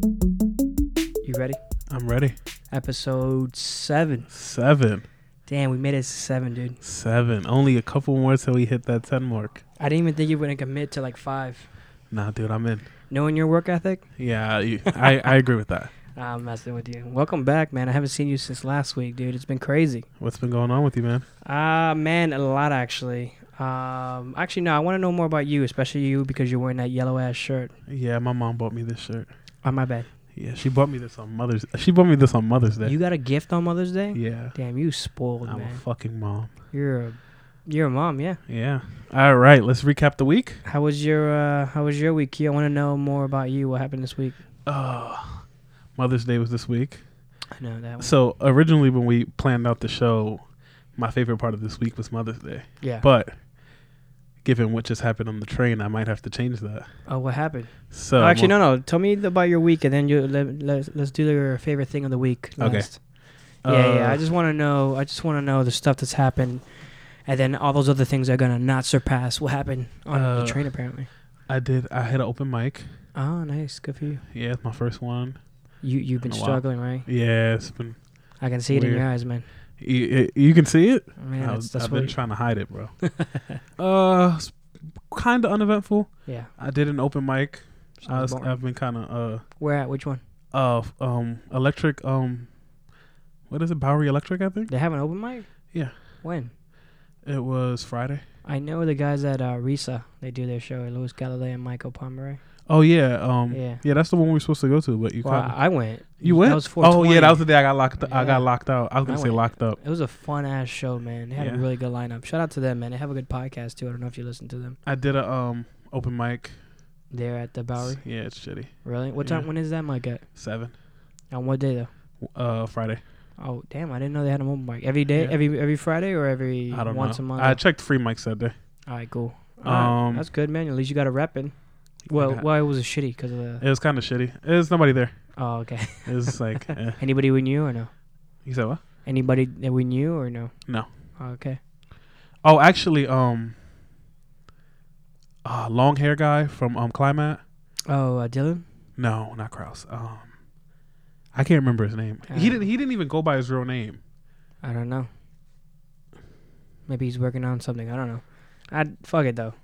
You ready? I'm ready. Episode seven. Seven. Damn, we made it to seven, dude. Seven. Only a couple more till we hit that 10 mark. I didn't even think you were gonna commit to like five. Nah, dude, I'm in. Knowing your work ethic, Yeah, you- I, I agree with that. I'm messing with you. Welcome back, man. I haven't seen you since last week, dude. It's been crazy. What's been going on with you, man? Ah, man, a lot actually. Um, actually, no, I want to know more about you, especially you because you're wearing that yellow ass shirt. Yeah, my mom bought me this shirt. On my bad. Yeah, she bought me this on Mother's She bought me this on Mother's Day. You got a gift on Mother's Day? yeah. Damn, you spoiled, I'm a man. fucking mom. You're a, you're a mom, yeah. Yeah. All right, let's recap the week. How was your uh, How was your week? Key? I want to know more about you. What happened this week? Oh, Mother's Day was this week. I know that. One. So, originally, when we planned out the show, my favorite part of this week was Mother's Day. yeah. But given what just happened on the train, I might have to change that. oh, what happened? So oh, actually, no, no. Tell me th- about your week, and then you let, let's, let's do your favorite thing of the week. Okay. Last. yeah, yeah. Uh, I just want to know. I just want to know the stuff that's happened, and then all those other things are gonna not surpass what happened on the Uh, train. Apparently. I did. I had an open mic. Oh, nice. Good for you. Yeah, it's my first one. You you've been Been a while. struggling, right? Yeah, it's been. I can see it in Weird. your eyes, man. You, you can see it. Man, I that's, was, that's I've what. been trying to hide it, bro. uh, kind of uneventful. yeah. I did an open mic. I Sounds was, boring. I've been kind of Where at? Which one? uh uh f- um electric um what is it Bowery Electric I think They have an open mic. Yeah. When? it was Friday. I know the guys at uh, Risa. They do their show. Louis Galilei and Michael Pomeroy. Oh yeah, um yeah, Yeah. that's the one we were supposed to go to, but you Well, kinda, I I went. you went. That was oh yeah, 420. that was the day I got locked. I Yeah. got locked out. I was gonna I say went. locked up. It was a fun ass show, man. They had Yeah. a really good lineup. Shout out to them, man. They have a good podcast too. I don't know if you listen to them. I did a um open mic. They're at the Bowery. Yeah, it's shitty. Really? What Yeah. time? When is that mic at? Seven. On what day though? Uh, Friday. Oh damn! I didn't know they had a open mic every day, Yeah. every every Friday or every I don't once know. a month. I checked free mics that day. All right, cool. All right, Um, that's good, man. At least you got a repping. Well, Yeah. well, it was a shitty because of the. It was kind of shitty. There's nobody there. Oh, okay. It was like, eh. Anybody we knew or no? you said what? Anybody that we knew or no? No. Okay. Oh, actually, um, uh, long hair guy from um Climat. Oh, uh, Dylan. No, not Kraus. Um, I can't remember his name. he Uh, didn't. He didn't even go by his real name. I don't know. Maybe he's working on something. I don't know. I fuck it though.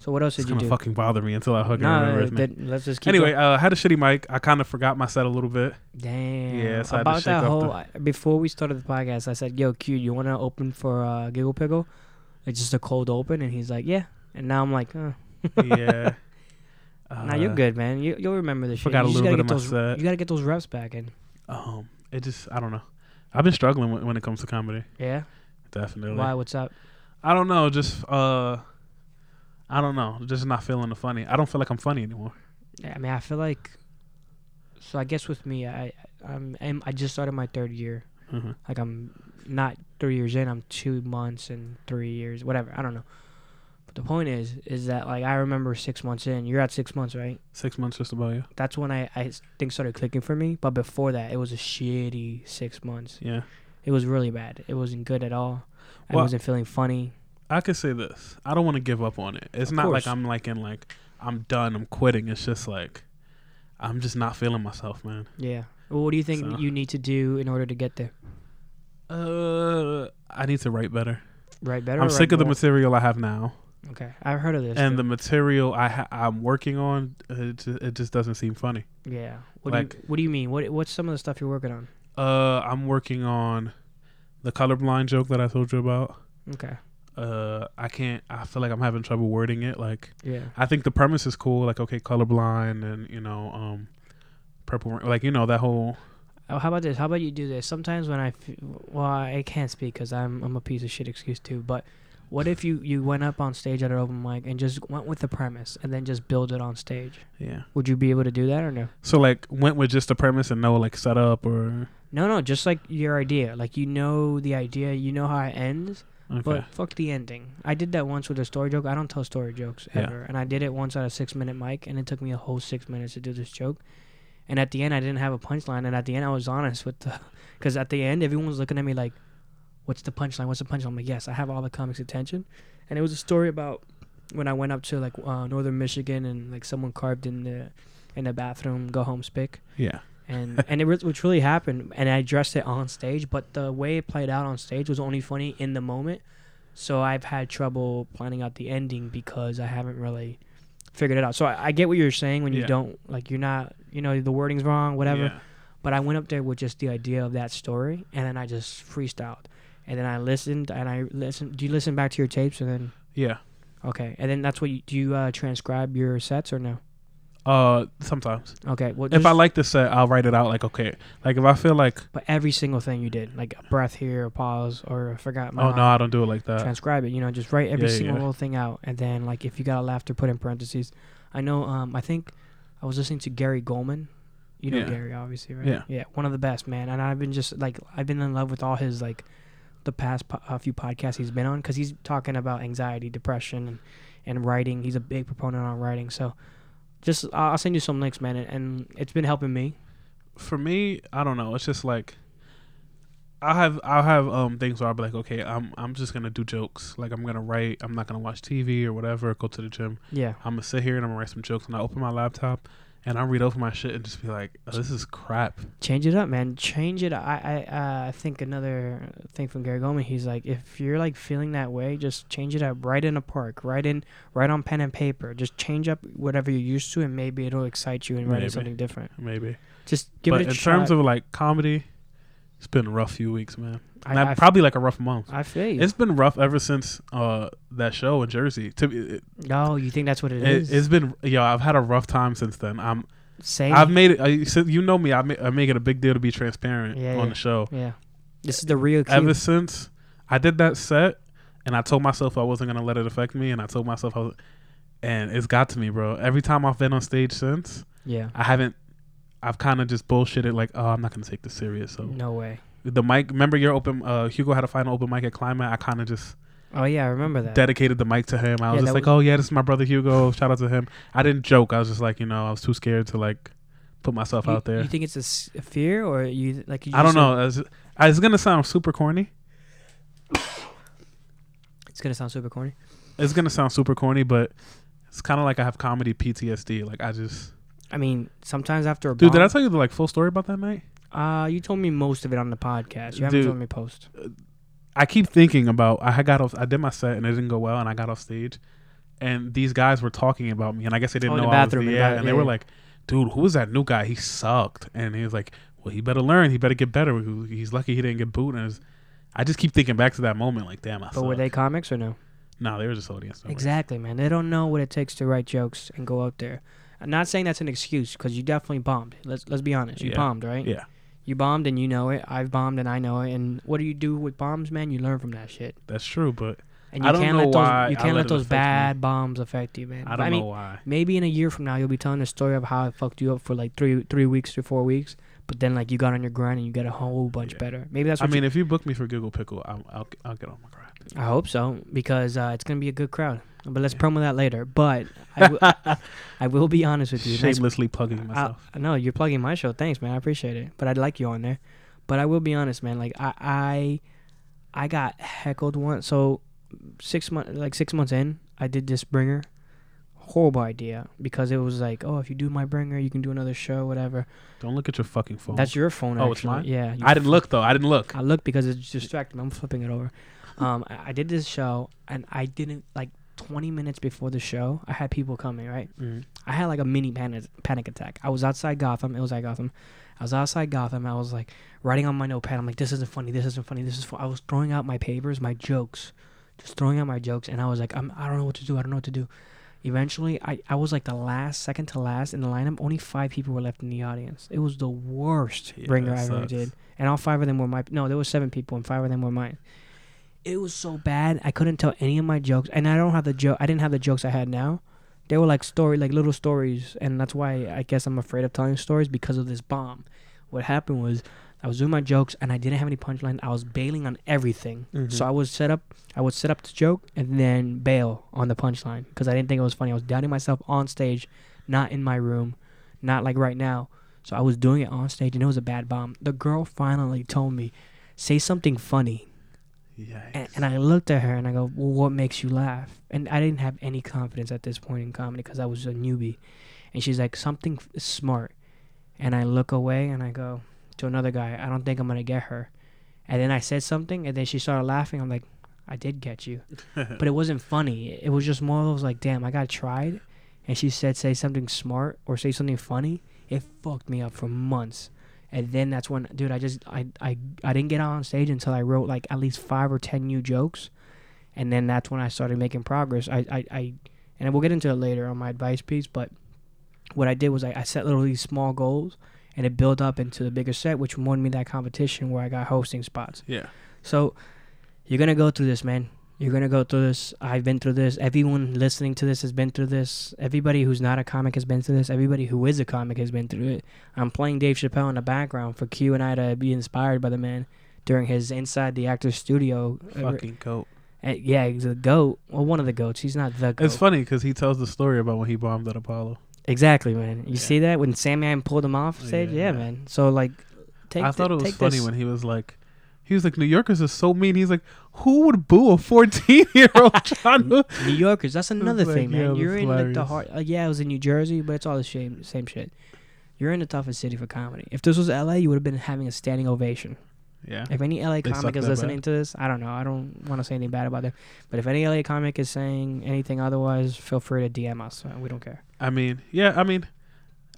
So what else It's did you gonna do? fucking bother me until I fucking remember his name. that- let's just keep anyway, going. uh, had a shitty mic. I kind of forgot my set a little bit. Damn. yeah, so I had to About shake that off whole the- I- before we started the podcast, I said, "Yo, Q, you want to open for uh, Giggle Pickle? It's just a cold open." And he's like, "Yeah." And now I'm like, uh, yeah. Uh, "Nah, you're good, man. You, you'll remember this shit. forgot a you just little gotta bit get of my those, set. You gotta get those reps back in. Um, it just I don't know. I've been struggling when, when it comes to comedy. Yeah. Definitely. Why? What's up? I don't know. Just uh, I don't know. Just not feeling the funny. I don't feel like I'm funny anymore. Yeah, I mean, I feel like. So I guess with me, I I'm, I'm I just started my third year. hmm like I'm not three years in, I'm two months and three years, whatever. I don't know. But the point is, is that like I remember six months in. You're at six months, right? Six months just about you. That's when I I things started clicking for me. But before that, it was a shitty six months. Yeah. It was really bad. It wasn't good at all. I Well- wasn't feeling funny. I could say this. I don't want to give up on it. It's Of not course. like I'm like in like I'm done. I'm quitting. It's just like I'm just not feeling myself, man. Yeah. Well, what do you think So- you need to do in order to get there? Uh, I need to write better. Right, better. I'm or sick write of the more? material I have now, okay, I've heard of this. and the too. material I ha- I'm working on. It ju- it just doesn't seem funny. yeah. What do you like- What do you mean? What What's some of the stuff you're working on? Uh, I'm working on the colorblind joke that I told you about. Okay. Uh, I can't. I feel like I'm having trouble wording it. Like Yeah. I think the premise is cool. Like okay, colorblind, and you know, um, purple. Ra- Like you know that whole. Oh, how about this? How about you do this? Sometimes when I, f- well, I can't speak because I'm I'm a piece of shit excuse too. But what if you you went up on stage at an open mic and just went with the premise and then just build it on stage? Yeah. Would you be able to do that or no? So like went with just the premise and no like setup or No, no, just like your idea. Like you know the idea, you know how it ends, okay. but fuck the ending. I did that once with a story joke. I don't tell story jokes Yeah. ever, and I did it once at a six minute mic, and it took me a whole six minutes to do this joke. And at the end, I didn't have a punchline. And at the end, I was honest with the, because at the end, everyone's looking at me like, "What's the punchline? What's the punchline?" I'm like, "Yes, I have all the comics' attention." And it was a story about when I went up to like uh, northern Michigan and like someone carved in the, in the bathroom, go home spick Yeah. and and it was what truly happened and i addressed it on stage but the way it played out on stage was only funny in the moment so i've had trouble planning out the ending because i haven't really figured it out so i, I get what you're saying when you Yeah. don't like you're not you know the wording's wrong whatever Yeah. but i went up there with just the idea of that story and then i just freestyled and then i listened and i listened do you listen back to your tapes and then Yeah. okay and then that's what you do you uh, transcribe your sets or no Uh, sometimes okay well if I just- like the set, I'll write it out. Like okay, like if I feel like oh, But every single thing you did, like a breath here, a pause, or I forgot my oh no, I don't do it like that. transcribe it. You know, just write every Yeah, yeah, single yeah. little thing out, and then like if you got a laughter, put in parentheses. I know. Um, I think I was listening to Gary Goldman. You know Yeah. Gary, obviously, right? Yeah. Yeah, one of the best man, and I've been just like I've been in love with all his like the past po- a few podcasts he's been on because he's talking about anxiety, depression, and, and writing. He's a big proponent on writing, so. Just I'll I'll send you some links, man, and, and it's been helping me. For me, I don't know. It's just like I have I have um things where I'll be like okay, I'm I'm just gonna do jokes. Like I'm gonna write. I'm not gonna watch TV or whatever. Go to the gym. Yeah, I'm gonna sit here and I'm gonna write some jokes. And I open my laptop and I read over my shit and just be like, oh, this is crap. change it up, man. Change it. I I uh, I think another thing from Gary Goldman. He's like, if you're like feeling that way, just change it up. Write in a park. Write in. Write on pen and paper. Just change up whatever you're used to, and maybe it'll excite you and write Maybe. something different. Maybe. Just give but it a in shot. terms of like comedy, it's been a rough few weeks, man. I, Not- I, probably like a rough month. I feel you. It's been rough ever since uh that show in Jersey. To be, it, No, you think that's what it it, is? has been yo. I've had a rough time since then. I'm. Same. I've made it. I, so you know me. I make, I make it a big deal to be transparent Yeah, on yeah. the show. yeah. This is the real cue. Ever since I did that set, and I told myself I wasn't gonna let it affect me, and I told myself I was, and it's got to me, bro. Every time I've been on stage since, yeah. I haven't. I've kind of just bullshitted like, oh, I'm not gonna take this serious. So No way. the mic. Remember your open. Uh, Hugo had a final open mic at Climate. I kind of just Oh yeah, I remember that. dedicated the mic to him. I Yeah, was that just like, was- oh yeah, this is my brother Hugo. Shout out to him. I didn't joke. I was just like, you know, I was too scared to like put myself you, out there. You think it's a s- a fear, or you like? You I just don't said- know. It's, it's gonna sound super corny. It's gonna sound super corny. It's gonna sound super corny, but it's kind of like I have comedy PTSD. Like I just, I mean, sometimes after a dude, did bomb- I tell you the like full story about that night? Uh, you told me most of it on the podcast. You haven't Dude. told me post. I keep thinking about I had got off. I did my set and it didn't go well, and I got off stage, and these guys were talking about me, and I guess they didn't Oh, in know the bathroom, I in was the yeah, bath- and yeah, they were yeah. like, "Dude, who was that new guy? He sucked." And he was like, "Well, he better learn. He better get better. He- He's lucky he didn't get booed." And it's, I just keep thinking back to that moment, like, "Damn, I But were suck." they comics or no? no, they were just audience. members. Exactly, man. They don't know what it takes to write jokes and go out there. I'm not saying that's an excuse because you definitely bombed. Let's let's be honest. You Yeah. bombed, right? Yeah. You bombed and you know it. I've bombed and I know it. And what do you do with bombs, man? You learn from that shit. That's true, but And you I don't can't know let why those you I can't let let, it those affect me. bad bombs affect you, man. I don't mean, know why. maybe in a year from now you'll be telling the story of how it fucked you up for like three three weeks to four weeks. But then like you got on your grind and you got a whole bunch Yeah. better. Maybe that's I what you mean, if you book me for Google Pickle, I'm, I'll I'll get on my grind. I hope so because uh, it's gonna be a good crowd. But let's promo that later. But I wi- I will be honest with you. Nice- Shamelessly plugging myself. I, no, you're plugging my show. Thanks, man. I appreciate it. But I'd like you on there. But I will be honest, man. Like I I, I got heckled once. So six month like six months in, I did this bringer. Horrible idea because it was like, oh, if you do my bringer, you can do another show, whatever. don't look at your fucking phone. That's your phone. Oh, it's actually. mine? Yeah, you I didn't look though. I didn't look. I look because it's distracting. I'm flipping it over. Um, I, I did this show and I didn't like 20 minutes before the show. I had people coming, right? Mhm. I had like a mini panic panic attack. I was outside Gotham. It was at Gotham. I was outside Gotham. I was like writing on my notepad. I'm like, this isn't funny. This isn't funny. This is. Fu-. I was throwing out my papers, my jokes, just throwing out my jokes, and I was like, I'm, I don't know what to do. I don't know what to do. Eventually, I, I was like the last, second to last in the lineup. Only five people were left in the audience. It was the worst Yeah, bringer that I ever sucks. did, and all five of them were my. No, there were seven people, and five of them were mine. It was so bad. I couldn't tell any of my jokes, and I don't have the joke. I didn't have the jokes I had now. They were like story, like little stories, and that's why I guess I'm afraid of telling stories because of this bomb. What happened was I was doing my jokes and I didn't have any punchline. I was bailing on everything, Mm-hmm. so I would set up. I would set up the joke and then bail on the punchline because I didn't think it was funny. I was doubting myself on stage, not in my room, not like right now. So I was doing it on stage, and it was a bad bomb. The girl finally told me, "Say something funny." Yikes. And, and I looked at her and I go, "Well, what makes you laugh?" And I didn't have any confidence at this point in comedy because I was a newbie. And she's like, "Something f- smart." And I look away and I go to another guy. I don't think I'm gonna get her. And then I said something, and then she started laughing. I'm like, "I did get you," but it wasn't funny. It was just more of those like, "Damn, I got tried." And she said, "Say something smart or say something funny." It fucked me up for months. And then that's when, dude, I just I I I didn't get on stage until I wrote like at least five or ten new jokes, and then that's when I started making progress. I I, I and we'll get into it later on my advice piece, but what I did was I, I set little these small goals, and it built up into the bigger set, which won me that competition where I got hosting spots. yeah. So you're gonna go through this, man. You're gonna go through this. I've been through this. Everyone listening to this has been through this. Everybody who's not a comic has been through this. Everybody who is a comic has been through it. I'm playing Dave Chappelle in the background for Q and I to be inspired by the man during his inside the actor's studio. Uh, Fucking goat. uh, yeah, he's a goat. Well, one of the goats. He's not the goat. It's funny because he tells the story about when he bombed at Apollo. exactly, man. You Yeah. see that when Sam Sam pulled him off Yeah, stage? Yeah, yeah. man. So like, take I thought thi- it was take funny this. when he was like, he was like, New Yorkers are so mean. He's like, who would boo a 14 year old trying to. New Yorkers. That's another like, thing, yeah, man. that's You're in like the hilarious. heart. Uh, yeah, I was in New Jersey, but it's all the same same shit. You're in the toughest city for comedy. If this was LA, you would have been having a standing ovation. Yeah. If any LA They comic suck is that listening bad. to this, I don't know. I don't want to say anything bad about them. But if any LA comic is saying anything otherwise, feel free to DM us. Uh, We don't care. I mean, yeah, I mean,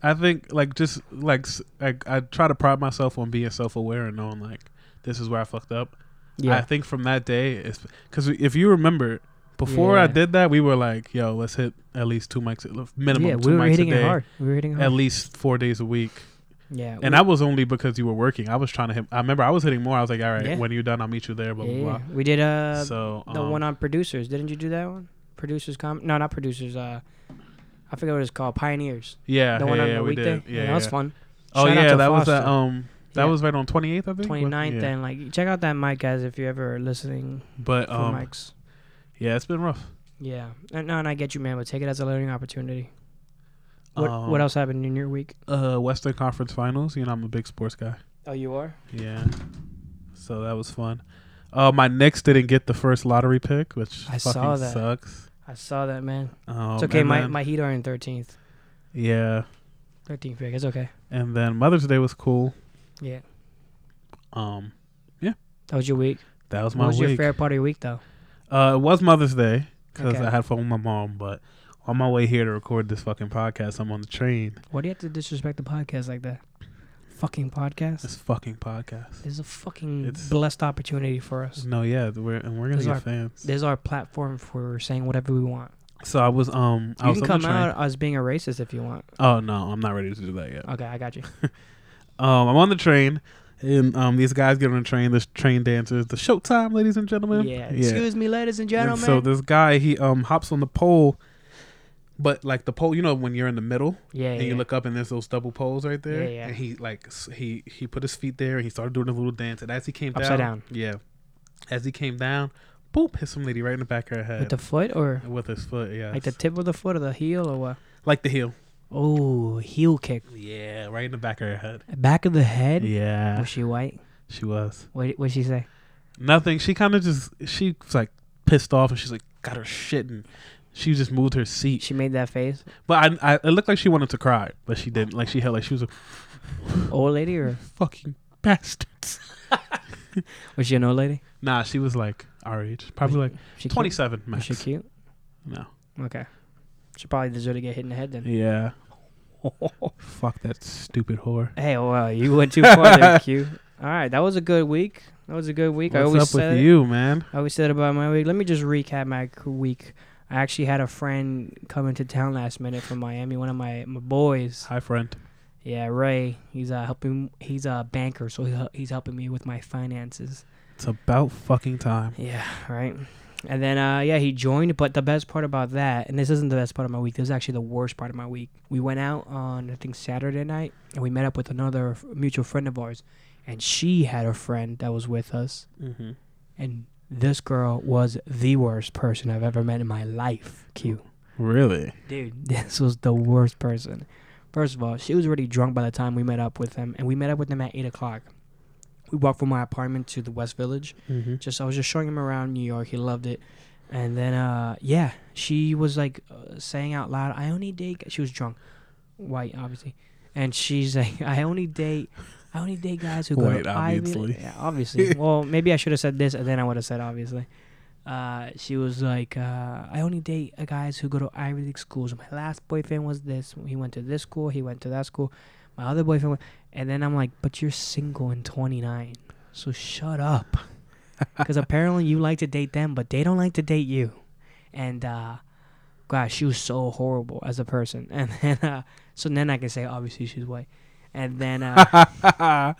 I think like just like s- like I try to pride myself on being self aware and knowing like this is where I fucked up. I Yeah. think from that day is because if you remember before I Yeah. did that, we were like, yo, let's hit at least two mics at- minimum yeah, two we were mics hitting a day, it hard. We were hitting it at hard. least four days a week. yeah. And we- that was only because you were working. I was trying to hit. I remember I was hitting more. I was like, all right, Yeah. when you're done, I'll meet you there. Blah yeah, blah blah. yeah. We did uh so the um, one on producers. Didn't you do that one? Producers com No, not producers. Uh, I forget what it's called. Pioneers. yeah, the yeah, one on yeah, the we weekday. did. Yeah, that was yeah. fun. Oh Shout out yeah, to that was at Foster. um, that Yeah. was right on 28th, I think. 29th Yeah. and like check out that mic guys if you're ever listening But for um, mics Yeah, it's been rough. yeah and, no, and i get you man but take it as a learning opportunity what, Um, what else happened in your week Uh, Western Conference Finals. You know, I'm a big sports guy. oh you are Yeah, so that was fun. Uh, my Knicks didn't get the first lottery pick, which I fucking saw that. sucks. i saw that man Um, it's okay and my, then- my heat are in 13th yeah, 13th pick it's okay and then Mother's Day was cool. yeah Um, that was your week that was my what was week. your favorite part of your week though Uh, it was Mother's Day because Okay. I had fun with my mom. But on my way here to record this fucking podcast, I'm on the train. why do you have to disrespect the podcast like that fucking podcast This fucking podcast. this is a fucking It's- blessed opportunity for us No, yeah, we're and we're gonna This is get our- fans. this is our platform for saying whatever we want So I was um, I you was can on come the train. out as being a racist if you want Oh no, I'm not ready to do that yet. okay i got you Um, I'm on the train, and um, these guys get on the train. This train dancers, the showtime, ladies and gentlemen. yeah excuse me ladies and And gentlemen so this guy, he um hops on the pole, but like the pole, you know, when you're in the middle Yeah. and yeah. you look up and there's those double poles right there. Yeah, yeah. And he like s- he he put his feet there and he started doing a little dance. And as he came Upside down. yeah, as he came down, boop, hit some lady right in the back of her head with the foot or with his foot. Yeah, like the tip of the foot or the heel or what? like the heel. Oh, heel kick. Yeah, right in the back of her head. Back of the head. Yeah, Was she white? she was. What did she say? Nothing. She kind of just she was like pissed off, and she's like got her shit, and she just moved her seat. She made that face. But I, I it looked like she wanted to cry, but she didn't. Like she held, like she was a Old lady or fucking bastards. was she an old lady? Nah, she was like our age, probably like She twenty Cute? seven Was max. she cute? No. Okay. She probably deserved to get hit in the head then. Yeah. Fuck that stupid whore. hey, well, you went too far there, Q. All right, that was a good week. That was a good week. I always What's up said with it. you, man? I always said about my week. Let me just recap my c- week. I actually had a friend come into town last minute from Miami. One of my my boys. Hi, friend. Yeah, Ray. He's uh helping. He's a banker, so he's, he's helping me with my finances. It's about fucking time. Yeah, right. And then uh yeah, he joined. But the best part about that, and this isn't the best part of my week. This is actually the worst part of my week. We went out on I think Saturday night, and we met up with another f- mutual friend of ours, and she had a friend that was with us, Mm-hmm. and this girl was the worst person I've ever met in my life. Q. Really? Dude, this was the worst person. First of all, she was already drunk by the time we met up with them, and we met up with them at eight o'clock. We walked from my apartment to the West Village. Mm-hmm. Just I was just showing him around New York. He loved it, and then uh, yeah, she was like uh, saying out loud, "I only date." She was drunk, white obviously, and she's like, "I only date." I only date guys who go White, to Ivy League." obviously. Yeah, obviously. well, maybe I should have said this, and then I would have said obviously. Uh, she was like, uh, I only date uh, guys who go to Ivy League schools. My last boyfriend was this. He went to this school. He went to that school. My other boyfriend went. And then I'm like, but you're single and 29. So shut up. Because apparently you like to date them, but they don't like to date you. And, uh, gosh, she was so horrible as a person. And then, uh, so then I can say, obviously, she's white. And then, uh,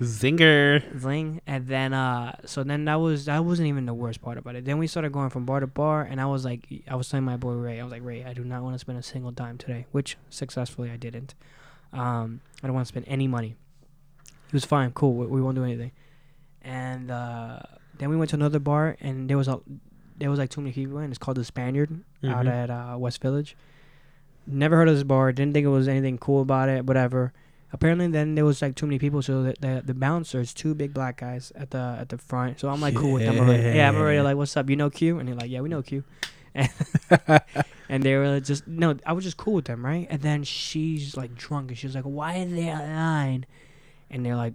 Zinger. Zling. And then uh so then that was that wasn't even the worst part about it. Then we started going from bar to bar and I was like I was telling my boy Ray, I was like, Ray, I do not want to spend a single dime today, which successfully I didn't. Um I don't want to spend any money. He was fine, cool, we, we won't do anything. And uh then we went to another bar and there was a there was like too many people in it's called the Spaniard out Mhm. at uh, West Village. Never heard of this bar. Didn't think it was anything cool about it. Whatever. Apparently, then there was like too many people, so the the, the bouncers, two big black guys at the at the front. So I'm like cool with them. already. Yeah, I'm already Yeah. like, what's up? You know Q? And they're like, yeah, we know Q. And, and they were just no, I was just cool with them, right? And then she's like drunk, and she was like, why is there a line? And they're like,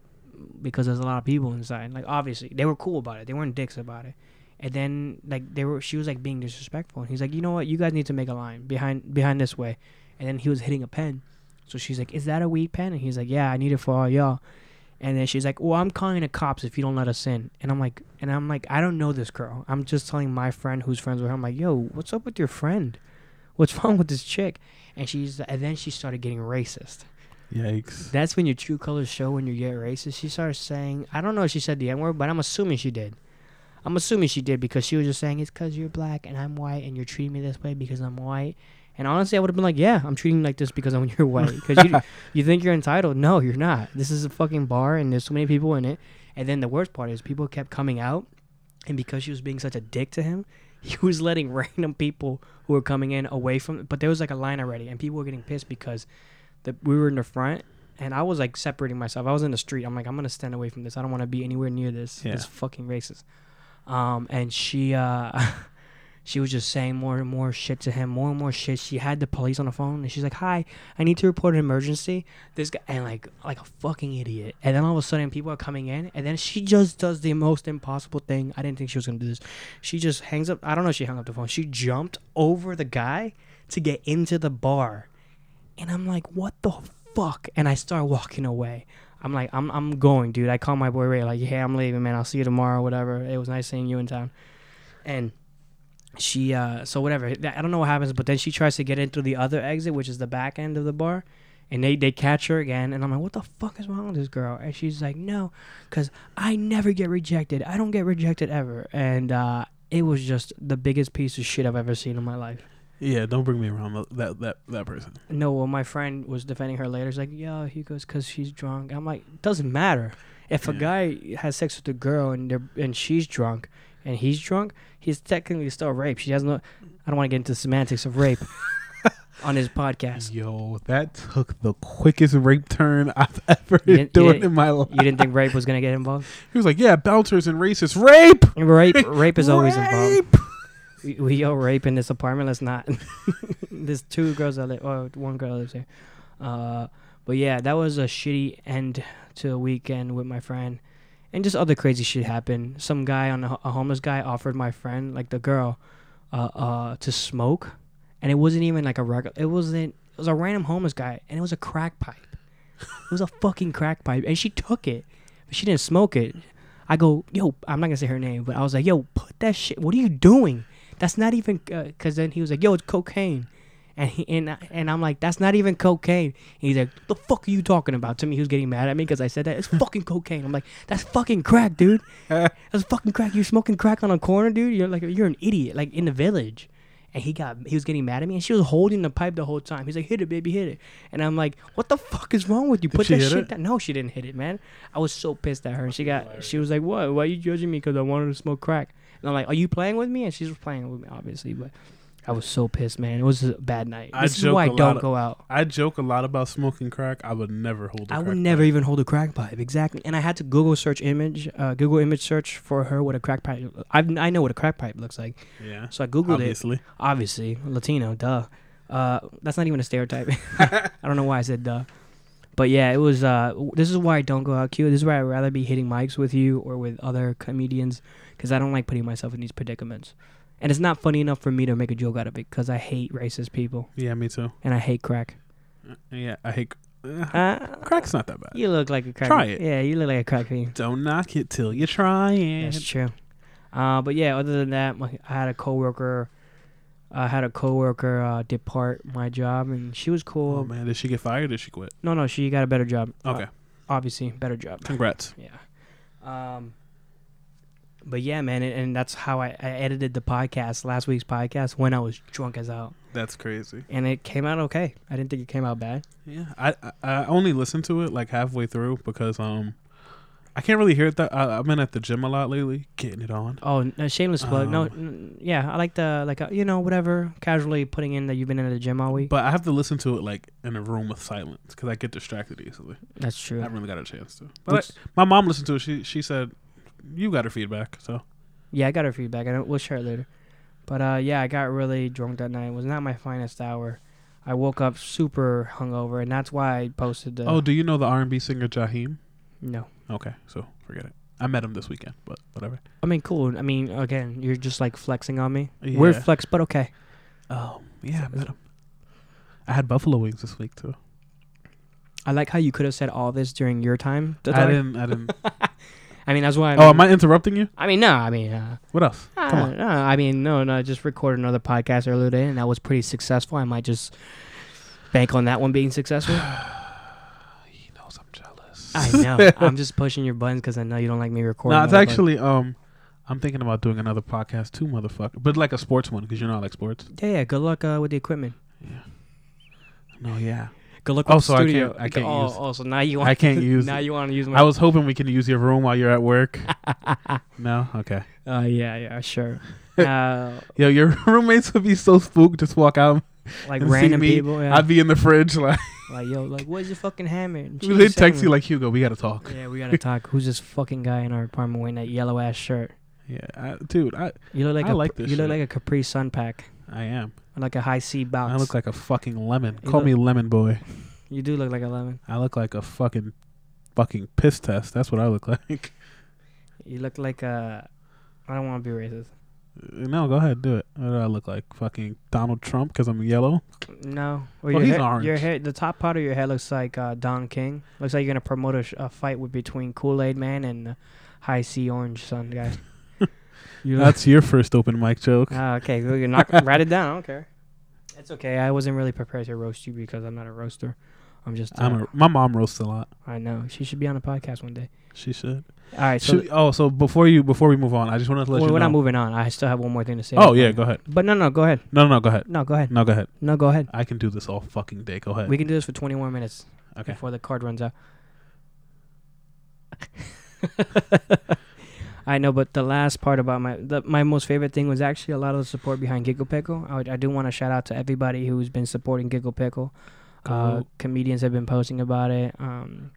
because there's a lot of people inside. Like obviously, they were cool about it. They weren't dicks about it. And then like they were, she was like being disrespectful. And he's like, you know what? You guys need to make a line behind behind this way. And then he was hitting a pen. So she's like, is that a weed pen? And he's like, yeah, I need it for all y'all. And then she's like, well, I'm calling the cops if you don't let us in. And I'm like, and I'm like, I don't know this girl. I'm just telling my friend who's friends with her. I'm like, yo, what's up with your friend? What's wrong with this chick? And she's and then she started getting racist. Yikes. That's when your true colors show when you get racist. She started saying, I don't know if she said the N word, but I'm assuming she did. I'm assuming she did because she was just saying, it's because you're black and I'm white and you're treating me this way because I'm white. And honestly, I would have been like, yeah, I'm treating you like this because I'm you're white. Because you, you think you're entitled. No, you're not. This is a fucking bar and there's so many people in it. And then the worst part is people kept coming out. And because she was being such a dick to him, he was letting random people who were coming in away from. But there was like a line already, and people were getting pissed because the, we were in the front, and I was like separating myself. I was in the street. I'm like, I'm gonna stand away from this. I don't want to be anywhere near this. Yeah. It's fucking racist. Um, and she, uh, she was just saying more and more shit to him, more and more shit. She had the police on the phone, and she's like, "Hi, I need to report an emergency." This guy and like like a fucking idiot. And then all of a sudden, people are coming in, and then she just does the most impossible thing. I didn't think she was gonna do this. She just hangs up. I don't know. if She hung up the phone. She jumped over the guy to get into the bar, and I'm like, "What the fuck?" And I start walking away. I'm like, "I'm I'm going, dude." I call my boy Ray, like, "Hey, I'm leaving, man. I'll see you tomorrow, whatever. It was nice seeing you in town." And she uh so whatever Th- i don't know what happens but then she tries to get in through the other exit which is the back end of the bar and they they catch her again and i'm like what the fuck is wrong with this girl and she's like no because i never get rejected i don't get rejected ever and uh it was just the biggest piece of shit i've ever seen in my life Yeah, don't bring me around tho- that that that person. no well my friend was defending her later he's like yo he goes because she's drunk i'm like doesn't matter if a Yeah. guy has sex with a girl and they're and she's drunk and he's drunk he's technically still rape she has no i don't want to get into the semantics of rape on his podcast Yo, that took the quickest rape turn I've ever You didn't- you done didn't- in my life. you didn't think rape was gonna get involved He was like, "Yeah, bouncers and racists, rape." rape rape is always involved Rape! we, we are rape in this apartment. Let's not. There's two girls that live, or one girl lives here. Uh, but yeah, that was a shitty end to the weekend with my friend, and just other crazy shit happened. Some guy on a, ho- a homeless guy offered my friend, like the girl, uh, uh, to smoke, and it wasn't even like a regular. It wasn't. It was a random homeless guy, and it was a crack pipe. it was a fucking crack pipe, and she took it, but she didn't smoke it. I go, yo, I'm not gonna say her name, but I was like, yo, put that shit. What are you doing? That's not even because then he was like, yo, it's cocaine, and he and I- and I'm like, that's not even cocaine. And he's like, the fuck are you talking about? To me, he was getting mad at me because I said that it's fucking cocaine. I'm like, that's fucking crack, dude. That's fucking crack. You're smoking crack on a corner, dude. You're like, you're an idiot. Like in the village. And he got, he was getting mad at me, and she was holding the pipe the whole time. He's like, "Hit it, baby, hit it." And I'm like, "What the fuck is wrong with you? Put she that hit shit it? down." No, she didn't hit it, man. I was so pissed at her. and She got, she was like, "What? Why are you judging me? Because I wanted to smoke crack." And I'm like, "Are you playing with me?" And she was playing with me, obviously. But I was so pissed, man. It was a bad night. I this is joke why I a lot don't of- go out. I joke a lot about smoking crack. I would never hold. a I crack would never pipe. even hold a crack pipe. Exactly. And I had to Google search image, uh, Google image search for her what a crack pipe. I I know what a crack pipe looks like, Yeah. so I Googled it. Obviously, Obviously, Latino, duh. Uh, that's not even a stereotype. I don't know why I said duh. But yeah, it was. Uh, w- this is why I don't go out, Q. This is why I'd rather be hitting mics with you or with other comedians because I don't like putting myself in these predicaments. And it's not funny enough for me to make a joke out of it because I hate racist people yeah, me too. and I hate crack. Uh, Yeah, I hate. Uh, Uh, crack's not that bad. You look like a crack. Try it. Yeah, you look like a crack fiend. Don't knock it till you try it. That's true. Uh, but yeah, other than that, my, I had a coworker. I had a coworker uh, depart my job, and she was cool. Oh man, did she get fired? Or did she quit? No, no, she got a better job. Uh, Okay, obviously, better job. congrats. Yeah. Um. But yeah, man, and, and that's how I, I edited the podcast last week's podcast when I was drunk as hell, That's crazy. and it came out okay. I didn't think it came out bad. Yeah, I I- I only listened to it like halfway through because um, I can't really hear it that. I, I've been at the gym a lot lately, getting it on. Oh, n- a shameless plug. no, Um, n- yeah, I like the like uh, you know whatever casually putting in that you've been in the gym all week. But I have to listen to it like in a room with silence because I get distracted easily. that's I true. haven't really got a chance to. But Which- my mom listened to it. She she said, "You got her feedback." So Yeah, I got her feedback. I don't, we'll share it later. But uh, yeah, I got really drunk that night. It was not my finest hour. I woke up super hungover, and that's why I posted the. oh, do you know the R and B singer Jaheim? no! Okay, so forget it. I met him this weekend, but whatever. I mean, cool. I mean, again, you're just like flexing on me. Yeah. We're flex, but okay. Um, yeah, I met him. I had buffalo wings this week too. I like how you could have said all this during your time. I didn't. I didn't. I mean, that's why. I'm, oh, am I interrupting you? I mean, no. I mean, uh, What else? Come uh, on. no, I mean, no, no. I just recorded another podcast earlier today, and that was pretty successful. I might just bank on that one being successful. He knows I'm jealous. I know. I'm just pushing your buttons because I know you don't like me recording. No, it's all the buttons. actually um, I'm thinking about doing another podcast too, motherfucker. But like a sports one, because you know I like sports. Yeah, yeah. Good luck uh, with the equipment. No, yeah. Good luck Oh, with so the I studio. can't- I can't oh, use- oh, so now you want I can't use now it. you want to use my. I was hoping we can use your room while you're at work. no, okay. uh, yeah, yeah, sure. Uh, Yo, your roommates would be so spooked. Just walk out. like And see random me, people. Yeah. I'd be in the fridge, like like yo, like where's your fucking hammer? And she they just text you saying, like Hugo, we gotta talk. Yeah, we gotta talk. Who's this fucking guy in our apartment wearing that yellow ass shirt? Yeah, I, dude, I You look like I a like pr- this you look shit. like a Capri Sun pack I am. or like a high C box. I look like a fucking lemon. You Call look- me lemon boy. you do look like a lemon. I look like a fucking fucking piss test. That's what I look like. You look like a. I don't want to be racist. no, go ahead, do it. What do I look like? Fucking Donald Trump because I'm yellow. No. Or Well, your he's hair, orange. Your hair, the top part of your head looks like uh, Don King. Looks like you're gonna promote a, sh- a fight with between Kool Aid Man and uh, High C Orange Sun guy. you look- That's your first open mic joke. Ah, okay. Well, you're not write it down. I don't care. It's okay. I wasn't really prepared to roast you because I'm not a roaster. I'm just. Uh, I'm a, my mom roasts a lot. I know she should be on a podcast one day. She should. All right. So Should- oh, so before you before we move on, I just wanted to let well, you we're know. not moving on. I um, still have one more thing to say. oh yeah, go ahead. But no, no, go ahead. No, no, no, go ahead. No, go ahead. No, go ahead. No, go ahead. I can do this all fucking day. Go ahead. We can do this for 20 more minutes Okay. before the card runs out. I know, but the last part about my the, my most favorite thing was actually a lot of the support behind Giggle Pickle. I, would- I do want to shout out to everybody who's been supporting Giggle Pickle. Uh, Cool. comedians have been posting about it. Um,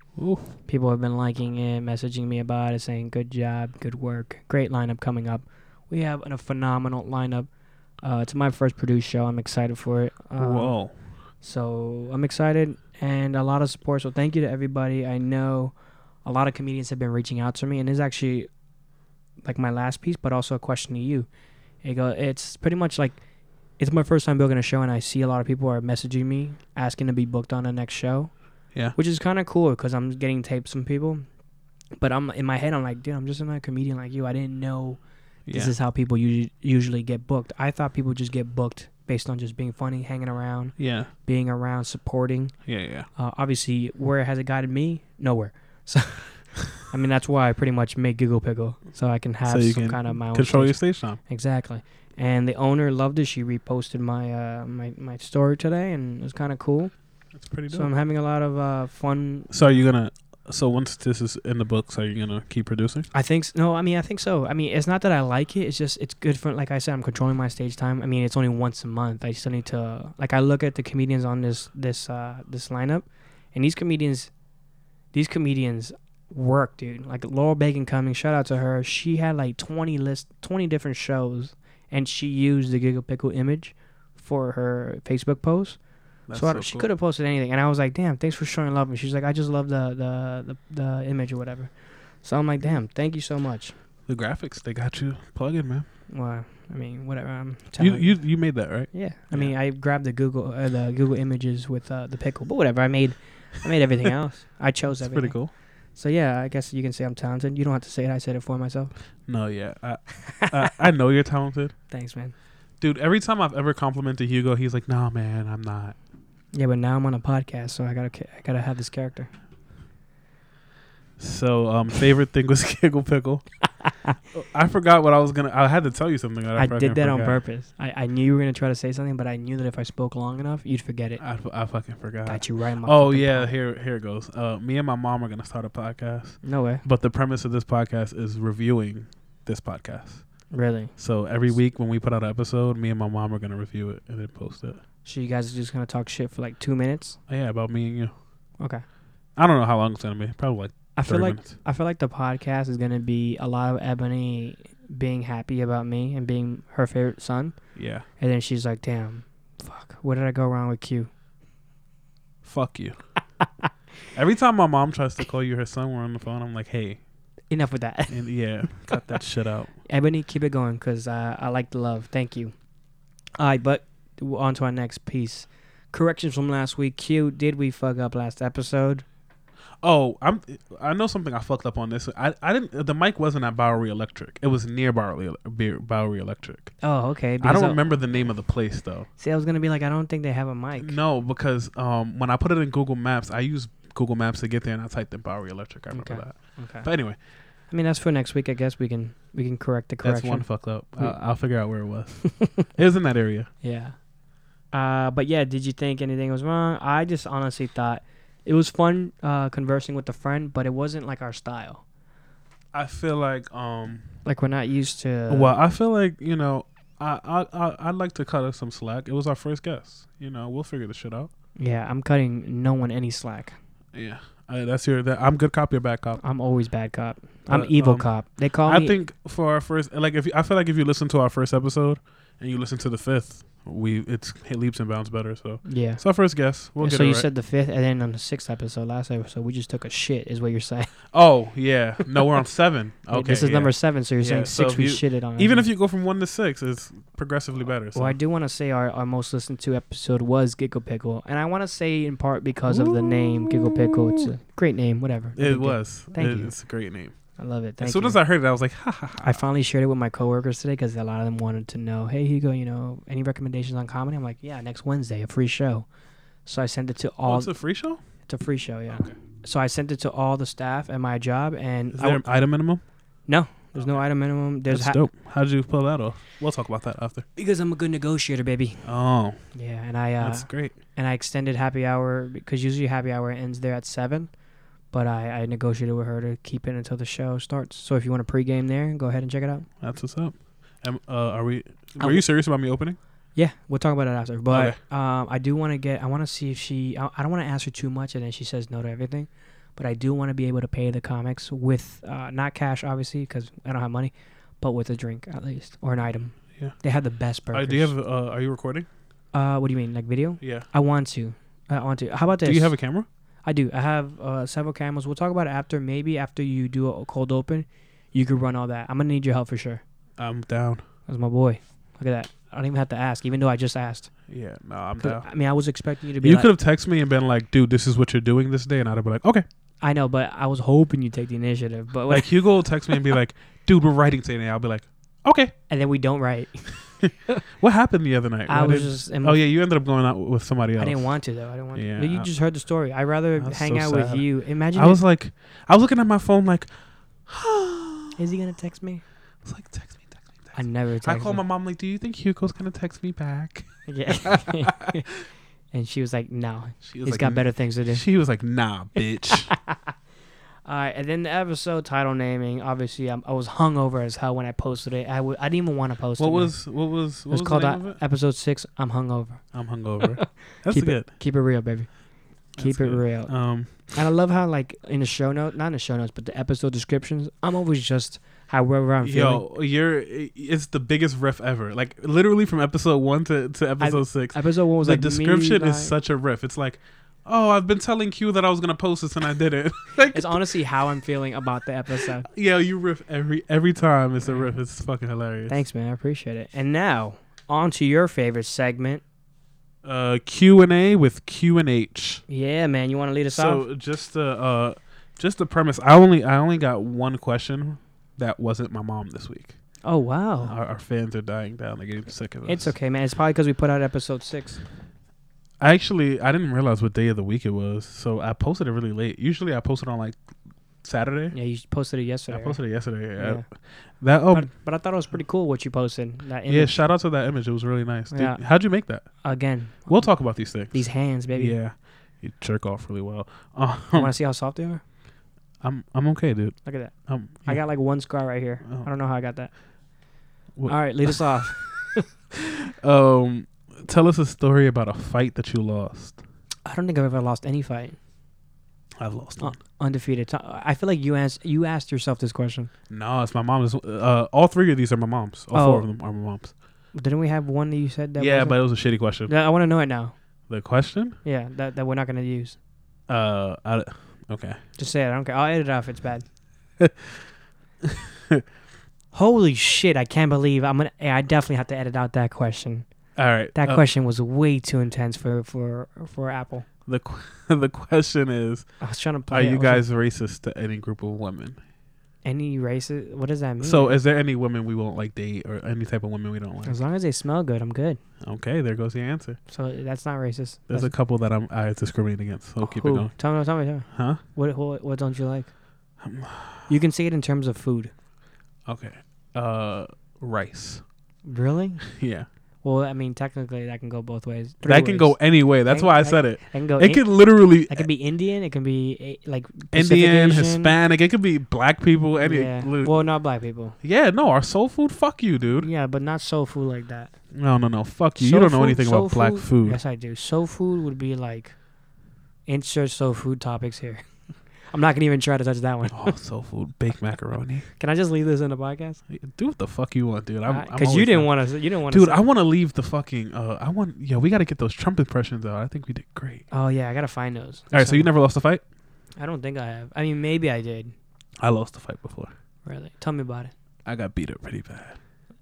people have been liking it, messaging me about it, saying good job, good work, great lineup coming up. We have a phenomenal lineup. Uh, it's my first produced show. I'm excited for it. Uh, Whoa. so I'm excited and a lot of support. So thank you to everybody. I know a lot of comedians have been reaching out to me, and it's actually like my last piece, but also a question to you. It go, it's pretty much like it's my first time booking a show, and I see a lot of people are messaging me asking to be booked on the next show, Yeah. which is kind of cool because I'm getting taped some people. But I'm in my head, I'm like, dude, I'm just another comedian like you. I didn't know Yeah. this is how people u- usually get booked. I thought people just get booked based on just being funny, hanging around yeah. being around, supporting. Yeah. Yeah. Uh, obviously, where has it guided me? Nowhere. So, I mean, that's why I pretty much make Giggle Pickle so I can have So you some can kind of my own Control your station. stage time. Exactly. And the owner loved it. She reposted my uh, my my story today, and it was kind of cool. That's pretty dope. So I'm having a lot of uh, fun. So are you gonna So once this is in the books, are you gonna keep producing? I think s no. I mean, I think so. I mean, it's not that I like it. It's just it's good for like I said. I'm controlling my stage time. I mean, it's only once a month. I still need to like I look at the comedians on this this uh this lineup, and these comedians, these comedians work, dude. Like Laurel Bacon Cummings, shout out to her. She had like 20 list, 20 different shows, and she used the Giggle Pickle image for her Facebook post so, I, she could have posted anything, and I was like, "Damn, thanks for showing love." And she's like, "I just love the the the, the image or whatever." So I'm like, "Damn, thank you so much." The graphics they got you plugged in, man. Well, I mean, whatever. I'm You telling you you made that right? yeah. I mean, I grabbed the Google uh, the Google images with uh, the pickle, but whatever. I made I made everything else. I chose That's everything. pretty cool. So yeah, I guess you can say I'm talented. You don't have to say it. I said it for myself. No, yeah, I, I I know you're talented, Thanks, man. dude. Every time I've ever complimented Hugo, he's like, "Nah, man, I'm not." Yeah, but now I'm on a podcast, so I gotta ca- I gotta have this character. So, um, favorite thing was giggle pickle. I forgot what I was gonna. I had to tell you something. That I, I fucking did that on forgot. purpose. I, I knew you were gonna try to say something, but I knew that if I spoke long enough, you'd forget it. I, fu- I fucking forgot. Got you right in my. Uh, Oh fucking yeah, palm. here here it goes. Uh, me and my mom are gonna start a podcast, No way. but the premise of this podcast is reviewing this podcast. Really? So every week when we put out an episode, me and my mom are gonna review it and then post it. So you guys are just gonna talk shit for like two minutes? Oh, yeah, about me and you. Okay. I don't know how long it's gonna be. Probably like I thirty feel like minutes. I feel like the podcast is gonna be a lot of Ebony being happy about me and being her favorite son, Yeah. and then she's like, "Damn, fuck, where did I go wrong with Q?" Fuck you. every time my mom tries to call you her son, we're on the phone. I'm like, hey, Enough with that. and yeah, cut that shit out. Ebony, keep it going, cause uh, I like the love. Thank you. All right, but on to our next piece. Corrections from last week. Q, did we fuck up last episode? Oh, I'm. I know something. I fucked up on this. I, I didn't. The mic wasn't at Bowery Electric. It was near Bowery Be- Bowery Electric. Oh, okay. I because don't remember the name of the place though. See, I was gonna be like, I don't think they have a mic. No, because um, when I put it in Google Maps, I use Google Maps to get there, and I typed in Bowery Electric. I remember Okay. that. Okay. But anyway, I mean, that's for next week. I guess we can we can correct the correction. that's one fuck up. We- I'll, I'll figure out where it was. it was in that area. Yeah. Uh, but yeah, did you think anything was wrong? I just honestly thought it was fun uh, conversing with a friend, but it wasn't like our style. I feel like um. Like we're not used to. Well, I feel like you know. I I I- I'd like to cut us some slack. It was our first guest. You know, we'll figure this shit out. Yeah, I'm cutting no one any slack. Yeah, uh, that's your. That, I'm good cop. You're bad cop. I'm always bad cop. I'm But, evil um, cop. They call I me. think for our first, like, if you, I feel like if you listen to our first episode and you listen to the fifth, we it's it leaps and bounds better. So yeah. it's our first guess. We'll get so it you right. said the fifth, and then on the sixth episode, last episode, we just took a shit, is what you're saying. oh yeah, no, we're on seven. Okay, this is yeah. number seven, so you're Yeah, saying so six if we you- shitted on. Even if you go from one to six, it's progressively better. So. Well, I do want to say our, our most listened to episode was Giggle Pickle, and I want to say in part because of the name Giggle Pickle. It's a great name, whatever. it was. Thank It- you. It's a great name. I love it. Thank as soon you. as I heard it, I was like, ha ha ha. I finally shared it with my coworkers today because a lot of them wanted to know, hey Hugo, you know, any recommendations on comedy? I'm like, yeah, next Wednesday, a free show. So I sent it to oh, all. it's a free show. it's a free show, yeah. Okay. So I sent it to all the staff at my job, and Is I there w- an item minimum? there's no item minimum. There's That's ha- dope. How did you pull that off? We'll talk about that after. because I'm a good negotiator, baby. Oh, Yeah, and I uh, that's great. and I extended happy hour because usually happy hour ends there at seven, but I, I negotiated with her to keep it until the show starts. So if you want to pregame there, go ahead and check it out. That's what's up. Um, uh, are we? I Were you serious about me opening? Yeah, we'll talk about it after. But Okay. um, I do want to get I want to see if she I, I don't want to ask her too much and then she says no to everything, but I do want to be able to pay the comics with uh, not cash obviously because I don't have money, but with a drink at least or an item. Yeah. they have the best burgers. Uh, do you have? Uh, are you recording? Uh, what do you mean like video? Yeah. I want to. I want to. How about this? Do you have a camera? I do. I have uh, several cameras. We'll talk about it after. Maybe after you do a cold open, you could run all that. I'm gonna need your help for sure. I'm down. That's my boy. Look at that. I don't even have to ask, even though I just asked. Yeah, no, I'm 'Cause, down. I mean, I was expecting you to be. You like- could have texted me and been like, "Dude, this is what you're doing this day," and I'd have been like, "Okay." I know, but I was hoping you'd take the initiative. But Like Hugo will text me and be like, "Dude, we're writing today." I'll be like, "Okay." and then we don't write. What happened the other night? I Why was did- just. in- oh yeah, you ended up going out w- with somebody else. I didn't want to though. I didn't want. Yeah, to. But You I- just heard the story. I'd rather That's hang so out sad. with you. Imagine. I was like, I was looking at my phone like, if- is he gonna text me? it's like text me, text me, text I me. never text. I called my him. mom like, "Do you think Hugo's gonna text me back?" Yeah. and she was like, "No, She he's got better things to do." She was like, "Nah, bitch." All right, and then the episode title naming. Obviously, I'm, I was hungover as hell when I posted it. I w- I didn't even want to post What it. man. was what was it what was, was called the name of uh, it? episode six? I'm hungover. I'm hungover. That's Keep good. Keep it real, baby. That's Keep it good. real. Um, And I love how like in the show note, not in the show notes, but the episode descriptions. I'm always just however I'm feeling. yo, you're i- it's the biggest riff ever. Like literally from episode one to, to episode six. Episode one was the like me, description like- is such a riff. It's like, oh, I've been telling Q that I was gonna post this and I didn't. like, It's honestly how I'm feeling about the episode. yo, you riff every every time. It's a riff. It's fucking hilarious. Thanks, man. I appreciate it. And now on to your favorite segment. Uh, Q and A with Q and H. Yeah, man. You want to lead us off? So just the uh, just the premise. I only I only got one question that wasn't my mom this week. Oh wow. Our, our fans are dying down. They're getting sick of us. It's okay, man. It's probably because we put out episode six. I actually I didn't realize what day of the week it was, so I posted it really late. Usually I post it on like Saturday. Yeah, you posted it yesterday. I posted it yesterday. right? I- Yeah. that oh But, but I thought it was pretty cool what you posted. That yeah, image shout out to that image. It was really nice. Did- Yeah. how'd you make that? again. We'll talk about these things. These hands, baby. Yeah, you jerk off really well. You Um, want to see how soft they are? I'm I'm okay, dude. Look at that. Um, I got like one scar right here. Oh. I don't know how I got that. What- All right, lead us off. um, tell us a story about a fight that you lost. I don't think I've ever lost any fight. I've lost Oh. one. Undefeated. T- I feel like you asked you asked yourself this question. No, it's my mom's. Uh, all three of these are my mom's. All four Oh. of them are my mom's. Didn't we have one that you said that? yeah, wasn't- but it was a shitty question. Yeah, I want to know it now. The question? Yeah, that, that we're not gonna use. Uh, I, okay. Just say it. I don't care. I'll edit it off. if It's bad. Holy shit! I can't believe I'm gonna. Yeah, I definitely have to edit out that question. All right. That uh, question was way too intense for for for Apple. The qu- the question is: I was trying to play. Are it. I you was like, guys racist to any group of women? any racist? What does that mean? So, is there any women we won't like date, or any type of women we don't like? as long as they smell good, I'm good. Okay, there goes the answer. So that's not racist. There's a couple that I'm I discriminate against. So keep it Who? going, Tell me, tell me, tell me. huh? What, what, what don't you like? Um, You can say it in terms of food. Okay. Uh, rice. Really? Yeah, Well, I mean, technically, that can go both ways. Three that can ways. go any way. That's That- why I that- said it. That can go. It in- could literally that can be Indian. It can be eh, like Pacific Indian, Asian. Hispanic. It could be black people. Any. Yeah. li- Well, not black people. yeah. No, our soul food. Fuck you, dude. Yeah, but not soul food like that. No, no, no. Fuck you. Soul you don't know food- anything soul about black food. Yes, I do. Soul food would be like insert soul food topics here. I'm not gonna even try to touch that one. oh, soul food, baked macaroni. Can I just leave this in the podcast? Do what the fuck you want, dude. I'm Because you didn't want to. You didn't want to. to. Dude, I want to leave the fucking. Uh, I want. Yeah, we got to get those Trump impressions out. I think we did great. Oh yeah, I gotta find those. All right, so you never lost a fight? I don't think I have. I mean, maybe I did. I lost a fight before. Really? Tell me about it. I got beat up pretty bad.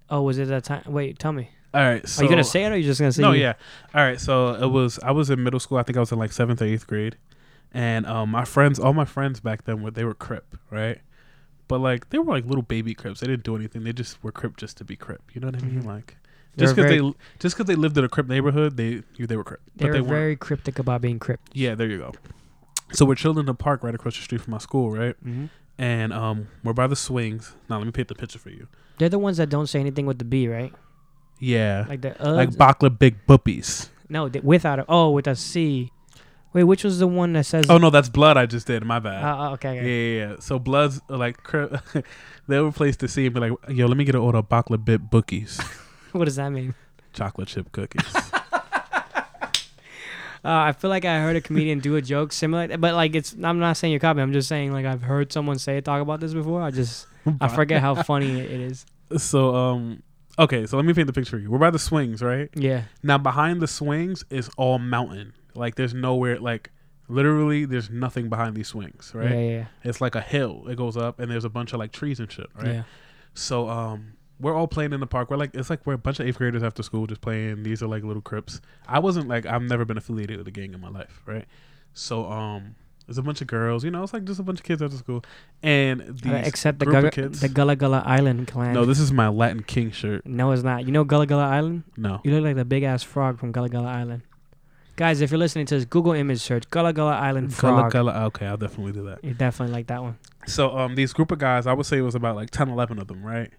Oh, was it that time? Wait, tell me. All right, so are you gonna say it or are you just gonna say? no, you- yeah. All right, so it was. I was in middle school. I think I was in like seventh or eighth grade, and um, my friends, all my friends back then were they were Crip, right? But like they were like little baby Crips. They didn't do anything. They just were Crip just to be Crip. You know what I mean? Mhm. Like They just were because very- they just because they lived in a Crip neighborhood, they they were Crip, They but they were weren't. very cryptic about being crypt. Yeah, there you go. So we're chilling in the park right across the street from my school, right? Mm-hmm. And um, we're by the swings. Now let me paint the picture for you. They're the ones that don't say anything with the B, right? Yeah, Like the like, Uggs. Bakla Big Buppies. no, they, without a oh, with a C. Wait, which was the one that says? Oh no, that's blood. I just did. My bad. Uh, uh, okay, Yeah, okay. yeah, yeah. So Bloods uh, like cri- they replace the C and be like, "Yo, let me get an order of Bakla Bit Bookies, What does that mean? chocolate chip cookies." Uh, I feel like I heard a comedian do a joke similar, but like it's. I'm not saying you're copying. I'm just saying like I've heard someone say talk about this before. I just I forget how funny it is. so um, okay, so let me paint the picture for you. We're by the swings, right? Yeah. Now behind the swings is all mountain. Like there's nowhere. Like literally, there's nothing behind these swings, right? Yeah, yeah, It's like a hill. It goes up, and there's a bunch of like trees and shit, yeah. right? yeah. So um we're all playing in the park. We're like it's like we're a bunch of eighth graders after school just playing. These are like little crips. I wasn't like I've never been affiliated with a gang in my life, right? So um there's a bunch of girls, you know, it's like just a bunch of kids after school. And Uh, these Except the group Gullah, of kids. the Gullah Gullah Island clan. no, this is my Latin King shirt. No, it's not. You know Gullah Gullah Island? No. You look like the big ass frog from Gullah Gullah Island. Guys, if you're listening to this, Google image search Gullah Gullah Island Color, frog. color. Okay, I'll definitely do that. You definitely like that one. So um these group of guys, I would say it was about like 10, 11 of them, right?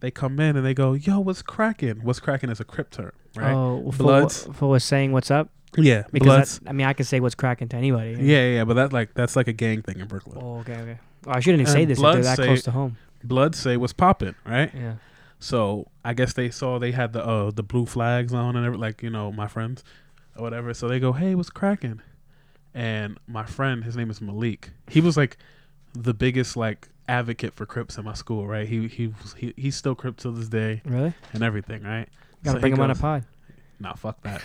They come in and they go, "Yo, what's cracking?" What's cracking is a crypt term, right? Oh, for, Bloods. wha- for what's saying what's up? yeah, Because bloods. that, I mean, I could say what's cracking to anybody. you know? yeah, yeah, yeah, but that's like that's like a gang thing in Brooklyn. Oh, okay, okay. Oh, I shouldn't have And said this if they're Bloods that say- close to home. Bloods say what's popping, right? Yeah. So I guess they saw they had the uh the blue flags on and every, like you know my friends or whatever. So they go, "Hey, what's cracking?" And my friend, his name is Malik. He was like the biggest like advocate for Crips in my school, right? He he was- he he's still Crip till this day Really? and everything, right? Gotta So bring he him on a goes- pod. Nah, fuck that.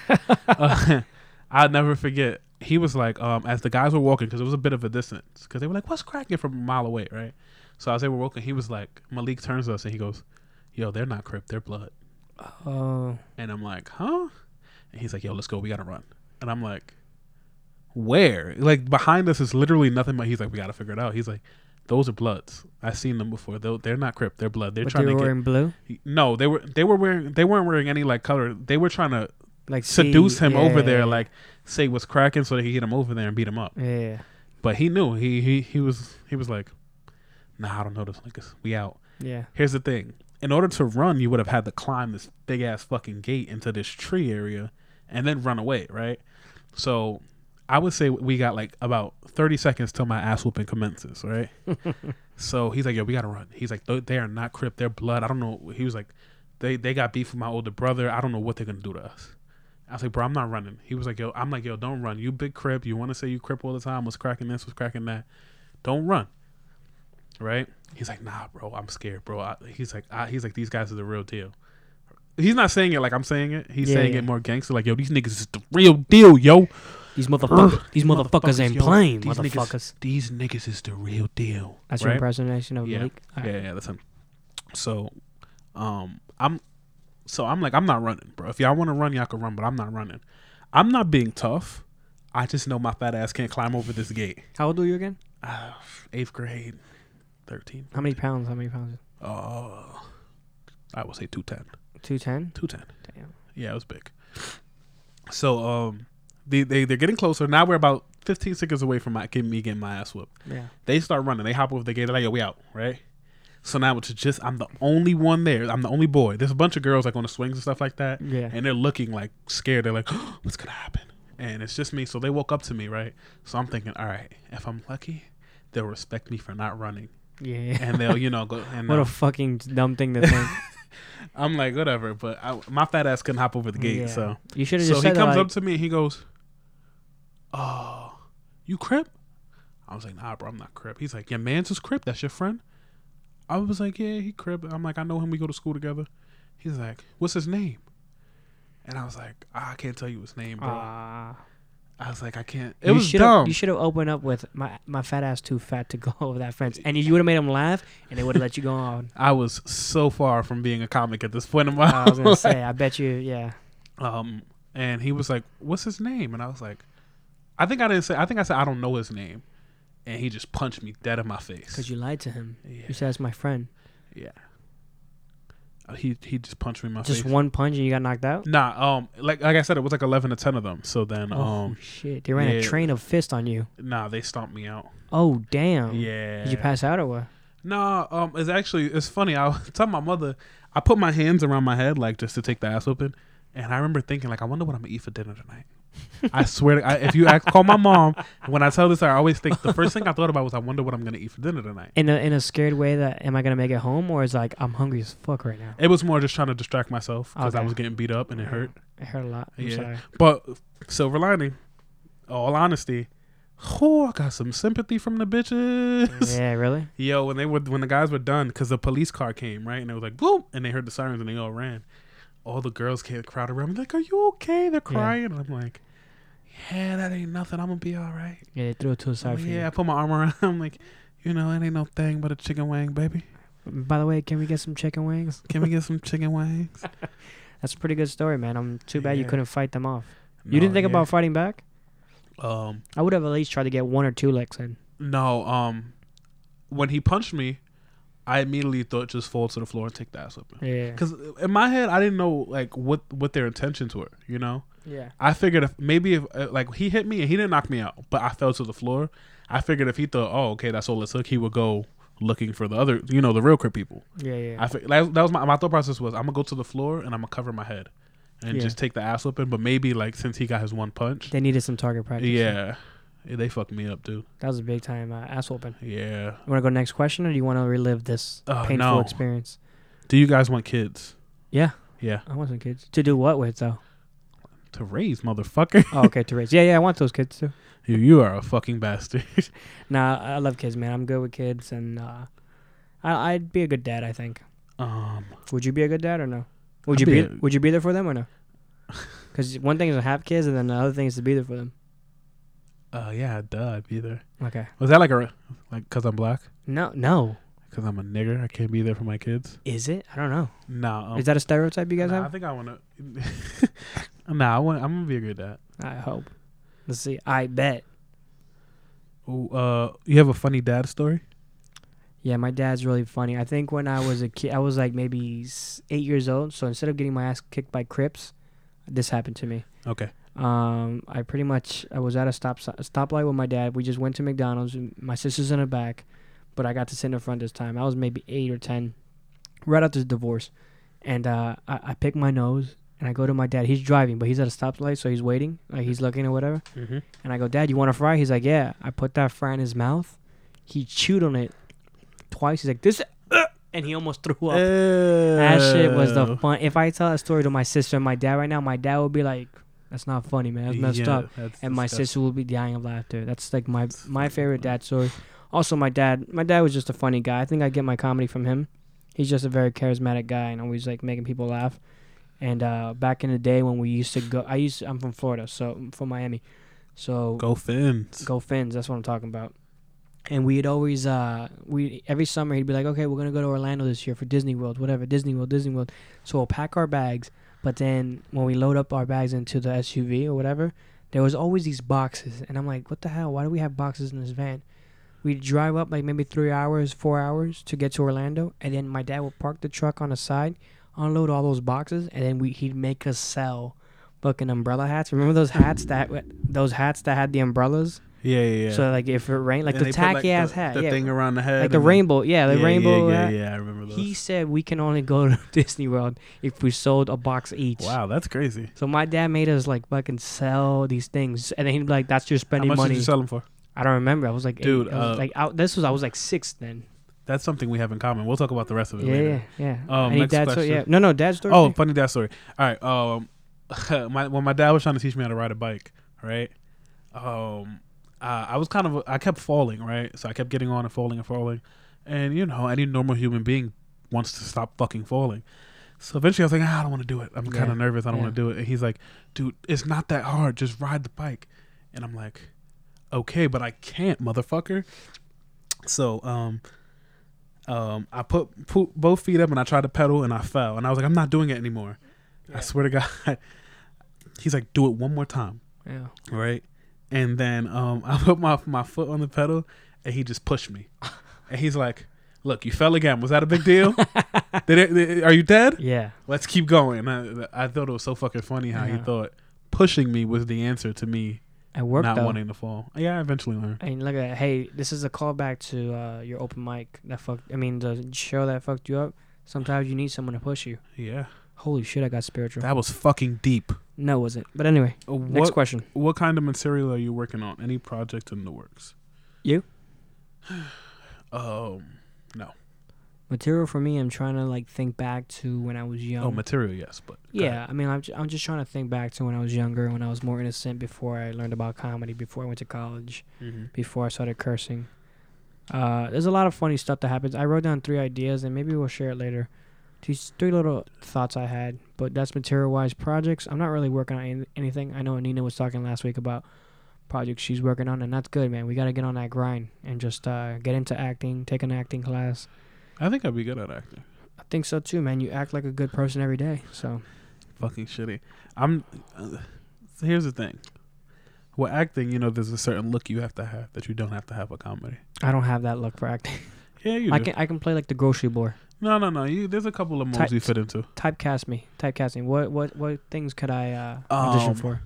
Uh, I'll never forget. He was like, um, as the guys were walking, because it was a bit of a distance, because they were like, "What's cracking?" from a mile away, right? So as they were walking, he was like, Malik turns to us and he goes, "Yo, they're not Crip, they're Blood." Oh, And I'm like, huh? And he's like, yo, let's go. We got to run. And I'm like, where? Like, behind us is literally nothing but he's like, we got to figure it out. He's like, those are bloods. I've seen them before. They're, they're not Crip. They're blood. They're but they trying were to wearing blue. get. No, they were they were wearing they weren't wearing any like color. They were trying to Like seduce see- him over there, yeah, like say what's cracking, so they could get him over there and beat him up. yeah, But he knew he he he was he was like, nah, I don't know this. Like, we out. yeah. Here's the thing. In order to run, you would have had to climb this big ass fucking gate into this tree area and then run away, right? So I would say we got like about 30 seconds till my ass whooping commences, right? so he's like, yo, we got to run. He's like, "They- they are not crip. They're blood. I don't know. He was like, they, they got beef with my older brother. I don't know what they're going to do to us. I was like, bro, I'm not running. He was like, yo, I'm like, yo, don't run. You big crip. You want to say you crip all the time. What's cracking this? What's cracking that? Don't run right? He's like, nah, bro, I'm scared, bro. I, he's like, I, he's like, these guys are the real deal. He's not saying it like I'm saying it. He's Yeah, saying yeah. it more gangster, like, yo, these niggas is the real deal, yo. These motherfuckers, these motherfuckers ain't yo, playing, these niggas- motherfuckers. These niggas is the real deal. That's your right? impersonation of Yeah. Malik. All right. Yeah, yeah, that's him. So, um, I'm, so I'm like, I'm not running, bro. If y'all want to run, y'all can run, but I'm not running. I'm not being tough. I just know my fat ass can't climb over this gate. How old were you again? Uh, eighth grade, thirteen. How many pounds? How many pounds? Oh, I will say two ten. Two ten. 210. Damn. Yeah, it was big. So um they, they they're getting closer. Now we're about 15 seconds away from my getting me getting my ass whooped. Yeah. They start running. They hop over the gate. They're like, "Yo, we out." Right? So now it's just I'm the only one there. I'm the only boy. There's a bunch of girls like on the swings and stuff like that. Yeah. And they're looking like scared. They're like, "What's going to happen?" And it's just me. So they woke up to me, right? So I'm thinking, "All right, if I'm lucky, they'll respect me for not running." Yeah. And uh, they'll, you know, go and What they'll- a fucking dumb thing to think. I'm like, whatever, but I, my fat ass couldn't hop over the gate. Yeah. So, you should have so just he said comes that, like, up to me and he goes, "Oh, you crip?" I was like, "Nah, bro, I'm not crip." He's like, "Your man's is crip. That's your friend." I was like, "Yeah, he crip." I'm like, "I know him. We go to school together." He's like, "What's his name?" And I was like, "Ah, "I can't tell you his name, bro." "Ah." I was like, "I can't." It you was should've- dumb. You should have opened up with my my fat ass too fat to go over that fence, and you would have made them laugh, and they would have let you go on. I was so far from being a comic at this point in my I was gonna life. say, I bet you, yeah. Um, and he was like, "What's his name?" And I was like, "I think I didn't say. I think I said I don't know his name." And he just punched me dead in my face. Because you lied to him. yeah, You said that's my friend. yeah. Uh, He he just punched me in my Just face. one punch and you got knocked out? Nah, um, like like I said, it was like eleven to ten of them. So then, Oh, um, shit. They ran a yeah. train of fist on you. nah, they stomped me out. Oh, damn. Yeah. Did you pass out or what? Nah, um, it's actually it's funny. I was telling my mother, I put my hands around my head like just to take the ass whooping, and I remember thinking like, I wonder what I'm gonna eat for dinner tonight. I swear, to, I, if you ask, call my mom when I tell this, I always think the first thing I thought about was, I wonder what I'm gonna eat for dinner tonight. In a, in a scared way that, am I going to make it home? Or is like, I'm hungry as fuck right now? It was more just trying to distract myself because I Okay. was getting beat up and it hurt. It hurt a lot. I'm Yeah. sorry. But silver lining, all honesty, oh, I got some sympathy from the bitches. yeah, really? Yo, when they were when the guys were done, because the police car came right, and it was like boom, and they heard the sirens and they all ran. All the girls came crowd around me like, "Are you okay?" They're crying, and I'm like, "Yeah, that ain't nothing. I'm gonna be all right." Yeah, they threw it to the side I'm like, for yeah, I put my arm around. I'm like, "You know, it ain't no thing but a chicken wing, baby. you. By the way, can we get some chicken wings? Can we get some chicken wings?" That's a pretty good story, man. I'm too bad you Yeah. couldn't fight them off. No, You didn't think Oh, yeah. about fighting back? um I would have at least tried to get one or two licks in. no um when he punched me, I immediately thought just fall to the floor and take the ass whipping. Yeah. Because in my head, I didn't know like what what their intentions were. You know. Yeah. I figured if maybe if uh, like he hit me and he didn't knock me out, but I fell to the floor. I figured if he thought, oh, okay, that's all it took, he would go looking for the other, you know, the real crip people. Yeah, yeah. I fi- that, that was my, my thought process was I'm gonna go to the floor and I'm gonna cover my head and Yeah. just take the ass whipping. But maybe like since he got his one punch, they needed some target practice. yeah, Yeah, they fucked me up, dude. that was a big time uh, ass whooping. Yeah. You want to go next question, or do you want to relive this Oh, painful no. experience? Do you guys want kids? Yeah. Yeah. I want some kids to do what with though. To raise, motherfucker. Oh, okay, to raise. Yeah, yeah, I want those kids too. you, you are a fucking bastard. Nah, I love kids, man. I'm good with kids, and uh, I, I'd be a good dad. I think. um, Would you be a good dad or no? Would I'd you be be, a- Would you be there for them or no? Because one thing is to have kids, and then the other thing is to be there for them. uh, yeah, duh, I'd be there. Okay. Was that like a like cause I'm black? No, no. Cause I'm a nigger, I can't be there for my kids. Is it? I don't know. Nah, um, is that a stereotype you guys nah, I have? think I wanna. nah, I want. I'm gonna be a good dad. I hope. Let's see. I bet. Ooh, uh, you have a funny dad story? Yeah, my dad's really funny. I think when I was a kid, I was like maybe s- eight years old. So instead of getting my ass kicked by Crips, this happened to me. Okay. Um, I pretty much I was at a stop si- stoplight with my dad. We just went to McDonald's. and My sister's in the back, but I got to sit in the front this time. I was maybe eight or ten, right after the divorce, and uh, I, I pick my nose and I go to my dad. He's driving, but he's at a stoplight, so he's waiting, like he's looking or whatever. Mm-hmm. And I go, Dad, you want a fry? He's like, Yeah. I put that fry in his mouth. He chewed on it twice. He's like, This, uh," and he almost threw up. That shit was the fun. If I tell that story to my sister and my dad right now, my dad would be like, "That's not funny, man. That's messed up." And my sister will be dying of laughter. That's like my That's my fucking favorite funny. dad story. Also, my dad. My dad was just a funny guy. I think I get my comedy from him. He's just a very charismatic guy and always like making people laugh. And uh, back in the day when we used to go, I used I'm from Florida, so from Miami. So Go Fins. Go Fins. That's what I'm talking about. And we'd always, uh, we every summer he'd be like, okay, we're gonna go to Orlando this year for Disney World, whatever, Disney World, Disney World. So we'll pack our bags, but then when we load up our bags into the SUV or whatever, there was always these boxes, and I'm like, what the hell? Why do we have boxes in this van? We'd drive up like maybe three hours, four hours to get to Orlando, and then my dad would park the truck on the side, unload all those boxes, and then we he'd make us sell fucking umbrella hats. Remember those hats that those hats that had the umbrellas? Yeah, yeah, yeah. So like if it rained, like And the they put, like, tacky ass the, hat, the yeah, thing around the head, like the and rainbow, yeah, the yeah, rainbow. Yeah, hat. yeah, yeah, I remember those. He said we can only go to Disney World if we sold a box each. wow, that's crazy. So my dad made us like fucking sell these things, and then he'd be like, "That's your How spending much money." did you sell them for? I don't remember. I was like, eight. Dude, I was, uh, like out. This was I was like six then. That's something we have in common. We'll talk about the rest of it Yeah, yeah, later. yeah. Um, Any next dad story? question. Yeah. No, no, dad story. Oh, funny dad story. All right. Um, my when my dad was trying to teach me how to ride a bike, right? Um, uh, I was kind of I kept falling, right? So I kept getting on and falling and falling, and you know, any normal human being wants to stop fucking falling. So eventually, I was like, ah, I don't want to do it. I'm Yeah. kind of nervous. I don't want to Yeah. do it. And he's like, dude, it's not that hard. Just ride the bike. And I'm like, okay, but I can't, motherfucker. So, um, um, I put, put both feet up and I tried to pedal and I fell. And I was like, I'm not doing it anymore. I Yeah. swear to God. He's like, do it one more time. yeah. Right. And then um, I put my, my foot on the pedal and he just pushed me. And he's like, look, you fell again. Was that a big deal? Did it, did- are you dead? Yeah. Let's keep going. And I, I thought it was so fucking funny how he Yeah. thought pushing me was the answer to me It worked not though. wanting to fall. Yeah, I eventually learned. And look at hey, this is a callback to uh, your open mic that fucked. I mean, the show that fucked you up. Sometimes you need someone to push you. Yeah. Holy shit, I got spiritual. That was fucking deep. no, it wasn't. But anyway, Uh, Uh, next What question. what kind of material are you working on? Any project in the works? You? Um. Material for me, I'm trying to like think back to when I was young. oh, material. Yes, but go ahead. yeah, I mean, I'm, ju- I'm just trying to think back to when I was younger, when I was more innocent, before I learned about comedy, before I went to college, Mm-hmm. before I started cursing. Uh, there's a lot of funny stuff that happens. I wrote down three ideas, and maybe we'll share it later. These three little thoughts I had, but that's material-wise projects. I'm not really working on any- anything. I know Nina was talking last week about projects she's working on, and that's good, man. We got to get on that grind and just uh, get into acting, take an acting class. I think I'd be good at acting. I think so too, man. You act like a good person every day. So Fucking shitty. I'm. Uh, so here's the thing. Well, acting, you know, there's a certain look you have to have that you don't have to have with comedy. I don't have that look for acting. Yeah, you. I do. can I can play like the grocery boy. No, no, no. You, there's a couple of moves Type- you fit into. Typecast me. Typecast me. What what what things could I uh, audition Um, for?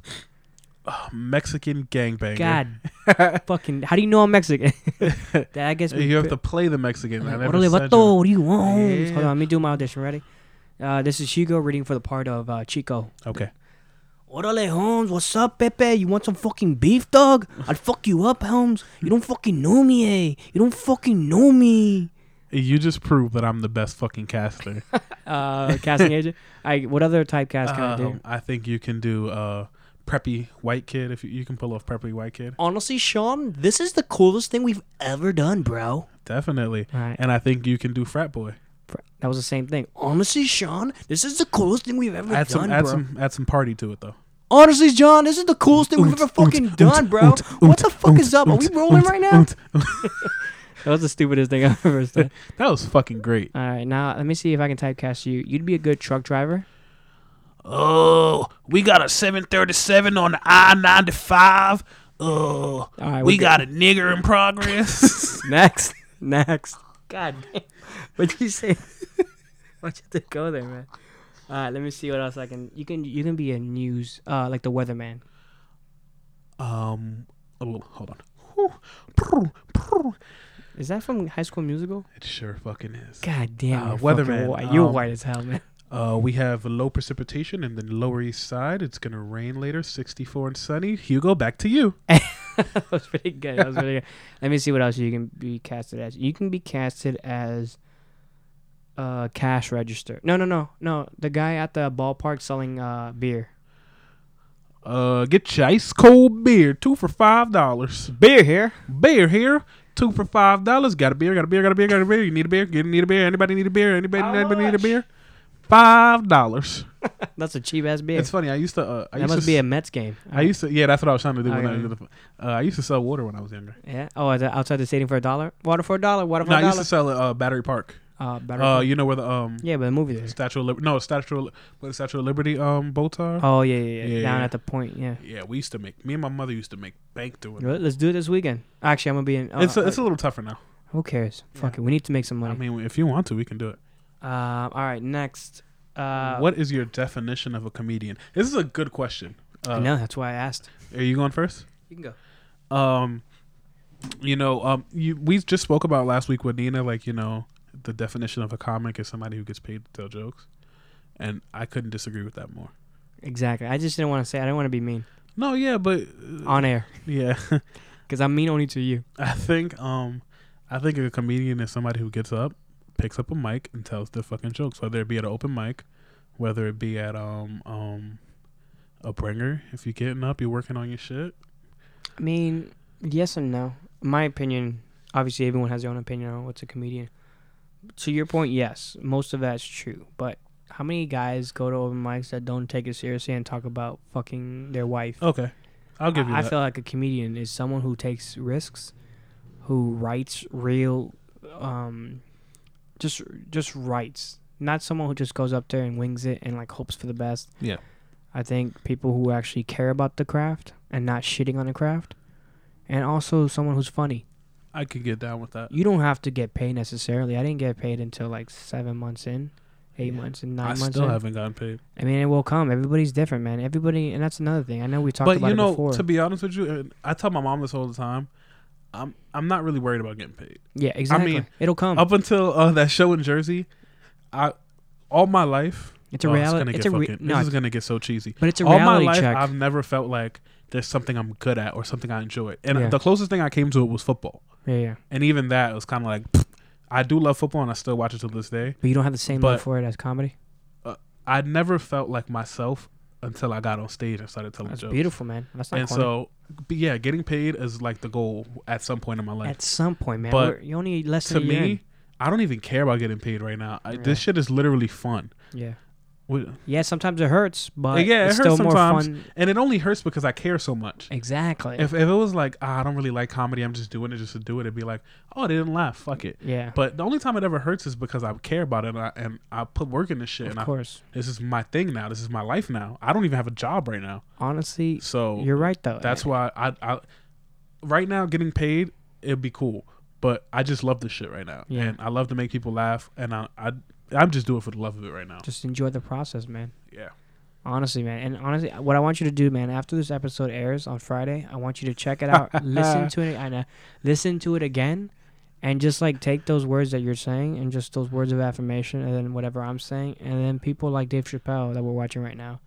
uh, Mexican gangbanger. God, fucking. How do you know I'm Mexican? that gets me. you have pi- to play the Mexican. I I'm like, never "Órale, said vato, what do you want? Yeah. Hold on, let me do my audition. Ready? Uh, this is Hugo reading for the part of uh, Chico. you- Okay. Orale, Holmes, what's up, Pepe? You want some fucking beef, dog? I'd fuck you up, Holmes. You don't fucking know me, eh? You don't fucking know me. You just proved that I'm the best fucking caster. Uh, casting agent. I. What other type cast can I do? Um, I think you can do uh, preppy white kid if you, you can pull off preppy white kid. Honestly, Sean, this is the coolest thing we've ever done, bro. Definitely. All right, And I think you can do frat boy. fr- that was the same thing. Honestly, Sean, this is the coolest thing we've ever Add done, some, add bro. some, add some party to it though. Honestly, John, this is the coolest thing we've ever fucking done, bro. what the fuck is up? Are we rolling right now? That was the stupidest thing I've ever said. That was fucking great. All right, now let me see if I can typecast you. You'd be a good truck driver. Oh, we got a 737 on the I 95. Oh, All right, we got a nigger in progress. Next, next. God damn. What'd you say? Why'd you have to go there, man? All right, let me see what else I can. You can you can be a news, uh, like the weatherman. um, oh, hold on. Is that from High School Musical? It sure fucking is. God damn. Uh, you're fucking weatherman, White. You're um, white as hell, man. Uh, we have low precipitation in the Lower East Side. It's gonna rain later. 64 and sunny. Hugo, back to you. that was pretty good. That was pretty good. Let me see what else you can be casted as. You can be casted as uh cash register. No, no, no. No, the guy at the ballpark selling uh beer. Uh, get your ice cold beer, two for five dollars. Beer here. Beer here, two for five dollars. Got a beer, got a beer, got a beer, got a beer. You need a beer, you need a beer. Anybody need a beer? Anybody, How anybody need a much? beer? Five dollars. That's a cheap ass beer. It's funny. I used to. Uh, I that used must to, be a Oh, s- Mets game. I used to. Yeah, that's what I was trying to do. when I, Okay. was uh, I used to sell water when I was younger. yeah. Oh, is that outside the stadium for a dollar? Water for a dollar. Water for No, a I used dollar. to sell at uh, Battery Park. uh, better. Uh, you know where the um yeah, but the movie theater. Statue of Liberty? No, Statue of, Li- where the Statue of Liberty um boats are. Oh yeah, yeah, yeah. Yeah, Down yeah. at the point. Yeah. Yeah, we used to make. Me and my mother used to make bank doing. You it. know what? Let's do it this weekend. Actually, I'm gonna be in. Uh, it's a, uh, it's a little tougher now. who cares? Fuck Yeah. it. We need to make some money. I mean, if you want to, we can do it. um. All right. Next. Uh, what is your definition of a comedian? This is a good question. Uh, I know. That's why I asked. Are you going first? You can go. Um, you know, um, you, we just spoke about last week with Nina. Like, you know, the definition of a comic is somebody who gets paid to tell jokes, and I couldn't disagree with that more. Exactly. I just didn't want to say. I didn't want to be mean No, yeah, but uh, on air yeah, because I'm mean only to you. I think um, I think a comedian is somebody who gets up, picks up a mic, and tells their fucking jokes, whether it be at an open mic, whether it be at um um a bringer. If you're getting up, you're working on your shit. I mean, yes and no. My opinion. Obviously, everyone has their own opinion on what's a comedian. To your point, yes, most of that's true. But how many guys go to open mics that don't take it seriously and talk about fucking their wife? Okay, I'll give you I, I that. feel like a comedian is someone who takes risks, who writes real, um, just just writes. Not someone who just goes up there and wings it and like hopes for the best. Yeah. I think people who actually care about the craft and not shitting on the craft, and also someone who's funny. I could get down with that. You don't have to get paid necessarily. I didn't get paid until like seven months in, eight Yeah. months in, nine I months still in. haven't gotten paid. I mean, it will come. Everybody's different, man. Everybody, and that's another thing. I know we talked but about you it know, before. to be honest with you, and I tell my mom this all the time. I'm I'm not really worried about getting paid. yeah, exactly. mean, It'll come. Up until uh, that show in Jersey, I all my life. It's a oh, reality. It's, It's, gonna a get re- fucking, no, this is gonna get so cheesy. but it's a all my reality life, check. I've never felt like there's something I'm good at or something I enjoy. And Yeah. the closest thing I came to it was football, yeah, yeah. and even that was kind of like. pfft, I do love football, and I still watch it to this day. But you don't have the same But- love for it as comedy. I never felt like myself until I got on stage and started telling That's Oh, jokes. beautiful, man. That's not and corny. so but yeah getting paid is like the goal at some point in my life At some point, man, but we're- you only need less to than a year. me i don't even care about getting paid right now I, this Yeah. shit is literally fun in. yeah, Wh- yeah. Sometimes it hurts, but Yeah, it it's hurts still more sometimes. fun. and it only hurts because i care so much Exactly. if, if it was like ah, i don't really like comedy i'm just doing it just to do it it'd be like oh they didn't laugh fuck it yeah, but the only time it ever hurts is because i care about it and i, and I put work in this shit of and I, course. this is my thing now this is my life now i don't even have a job right now Honestly, so you're right though. That's what why I, I right now getting paid it'd be cool, but I just love this shit right now, Yeah. and I love to make people laugh, and I I I'm just doing it for the love of it right now. just enjoy the process, man. Yeah, Honestly, man. And honestly, what I want you to do, man, after this episode airs on Friday, I want you to check it out, listen to it, I know, listen to it again, and just like take those words that you're saying and just those words of affirmation, and then whatever I'm saying, and then people like Dave Chappelle that we're watching right now.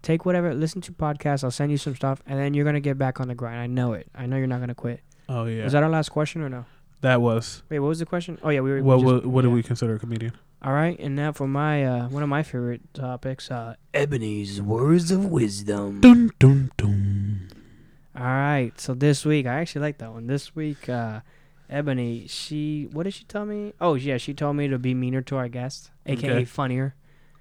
Take whatever, listen to podcasts. I'll send you some stuff, and then you're gonna get back on the grind. I know it. I know you're not gonna quit. Oh yeah, Is that our last question or no? that was Wait, what was the question? Oh yeah, we were. we what. just- What, what do yeah. we consider a comedian? All right, and now for my uh, one of my favorite topics, uh, Ebony's words of wisdom. Dun dun dun. All right, so this week I actually like that one. This week, uh, Ebony, she what did she tell me? Oh yeah, she told me to be meaner to our guests, aka Okay. funnier,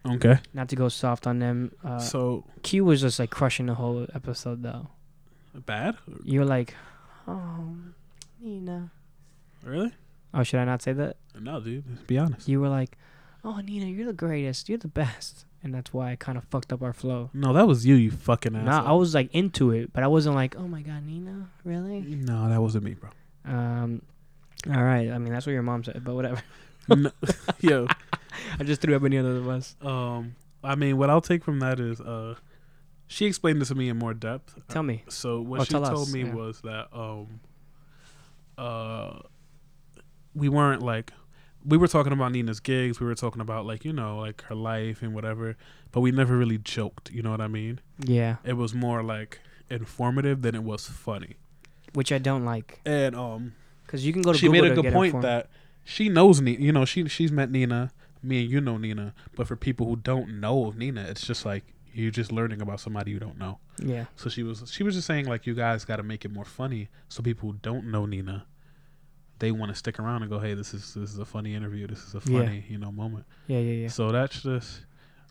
Okay, not to go soft on them. Uh, so Q was just like crushing the whole episode though. bad. You were like, oh, Nina. Really? Oh, should I not say that? No, dude. Let's be honest. You were like, oh Nina, you're the greatest, you're the best, and that's why I kind of fucked up our flow. No, that was you. You fucking asshole. Nah, I was like into it, but I wasn't like, oh my god, Nina, really? No, that wasn't me, bro. Um, all right. I mean, that's what your mom said, but whatever. No, yo, I just threw Ebony under the bus. um, I mean, what I'll take from that is, uh, she explained this to me in more depth. Tell me. So what Oh, she tell told us, me yeah. was that um uh we weren't like we were talking about Nina's gigs, we were talking about like, you know, like her life and whatever, but we never really joked, you know what I mean? Yeah, It was more like informative than it was funny. which I don't like And um because you can go to she Google made to a good get point informed. that she knows Nina. You know, she she's met Nina. Me and you know Nina, but for people who don't know of Nina, it's just like you're just learning about somebody you don't know. yeah, So she was she was just saying like you guys got to make it more funny so people who don't know Nina, they want to stick around and go, hey, this is this is a funny interview. This is a Yeah. funny you know moment. yeah, yeah, yeah. So that's just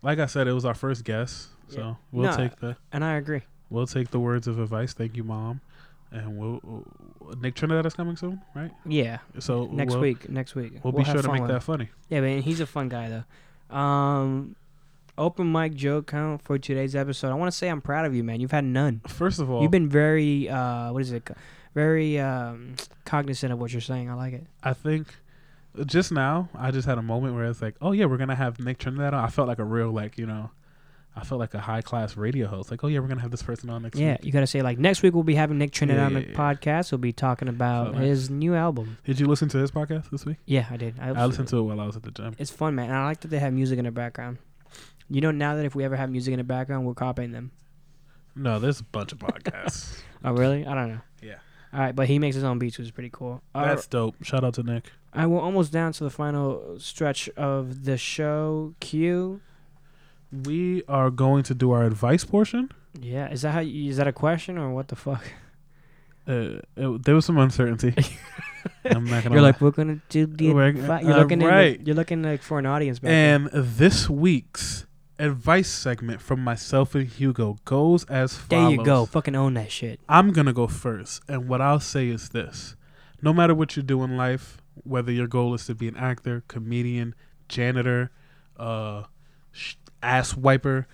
like I said, it was our first guess. So Yeah. we'll No. take the And I agree. we'll take the words of advice. Thank you, mom. And we'll Nick Trinidad is coming soon, right? Yeah, So next we'll- week, next week. We'll, be have sure to fun make with him. that funny. Yeah, man, he's a fun guy though. Um, open mic joke count for today's episode. I want to say I'm proud of you, man. You've had none. First of all, You've been very uh, what is it? Very um, cognizant of what you're saying. I like it. I think just now I just had a moment where it's like, oh yeah, we're gonna have Nick Trinidad. on. I felt like a real like you know, I felt like a high class radio host. Like oh yeah, we're gonna have this person on next Yeah, week. you gotta say like next week we'll be having Nick Trinidad on the Yeah. podcast. We'll be talking about Felt like- his new album. Did you listen to his podcast this week? Yeah, I did. I listened to it while I was at the gym. It's fun, man. And I like that they have music in the background. You know, now that if we ever have music in the background, we're copying them. No, there's a bunch of podcasts. Oh, really? I don't know. Yeah. All right, but he makes his own beats, which is pretty cool. All right, That's dope. Shout out to Nick. I we're almost down to the final stretch of the show. Q. We are going to do our advice portion. Yeah, is that how? You, is that a question or what the fuck? Uh, it, there was some uncertainty. I'm not gonna. You're lie. like we're uh, gonna do the. We're- advi- you're all looking. in the- right. you're looking like for an audience. Back there. And this week's advice segment from myself and Hugo goes as there follows. you go. Fucking own that shit. I'm going to go first. And what I'll say is this no matter what you do in life, whether your goal is to be an actor, comedian, janitor, uh, sh- ass wiper,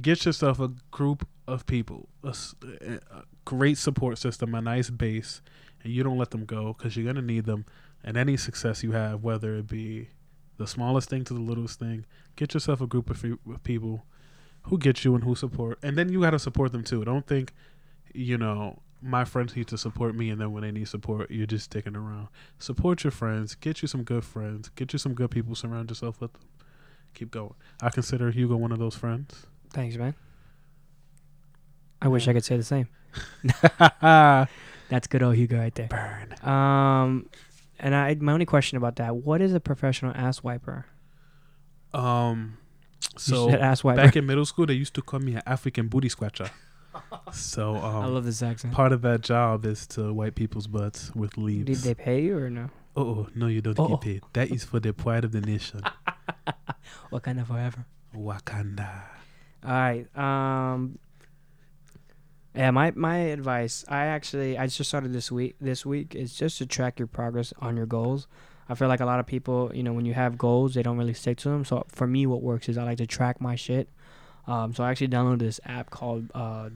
get yourself a group of people, a, s- a- a great support system, a nice base, and you don't let them go because you're going to need them. And any success you have, whether it be the smallest thing to the littlest thing, get yourself a group of, fe- of people who get you and who support. And then you got to support them too. Don't think you know, my friends need to support me, and then when they need support, you're just sticking around. Support your friends, get you some good friends, get you some good people, surround yourself with them. Keep going. I consider Hugo one of those friends. Thanks, man. I wish I could say the same. Burn. That's good old Hugo right there. Um, and I my only question about that: what is a professional ass wiper? Um, You so said ass wiper. back in middle school, they used to call me an African booty scratcher. so um, I love this accent. part of that job is to wipe people's butts with leaves. Did they pay you or no? oh, no, you don't Oh. get paid. That is for the pride of the nation, What kind of forever? Wakanda. All right. Um. Yeah, my my advice. I actually I just started this week. This week is just to track your progress on your goals. I feel like a lot of people, you know, when you have goals, they don't really stick to them. So for me, what works is I like to track my shit. Um, so I actually downloaded this app called uh,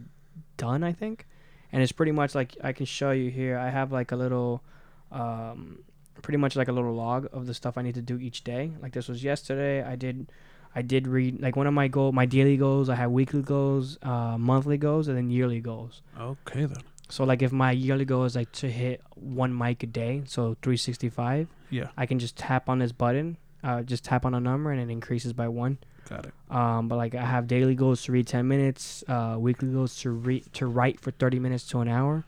Done, I think, and it's pretty much like I can show you here. I have like a little, um, pretty much like a little log of the stuff I need to do each day. Like this was yesterday. I did I did read like one of my goal, my daily goals. I have weekly goals, uh, monthly goals, and then yearly goals. Okay then. So like if my yearly goal is like to hit one mic a day, so 365, Yeah. I can just tap on this button, uh, just tap on a number, and it increases by one. Got it. Um, but like I have daily goals to read 10 minutes, uh, weekly goals to read to write for 30 minutes to an hour.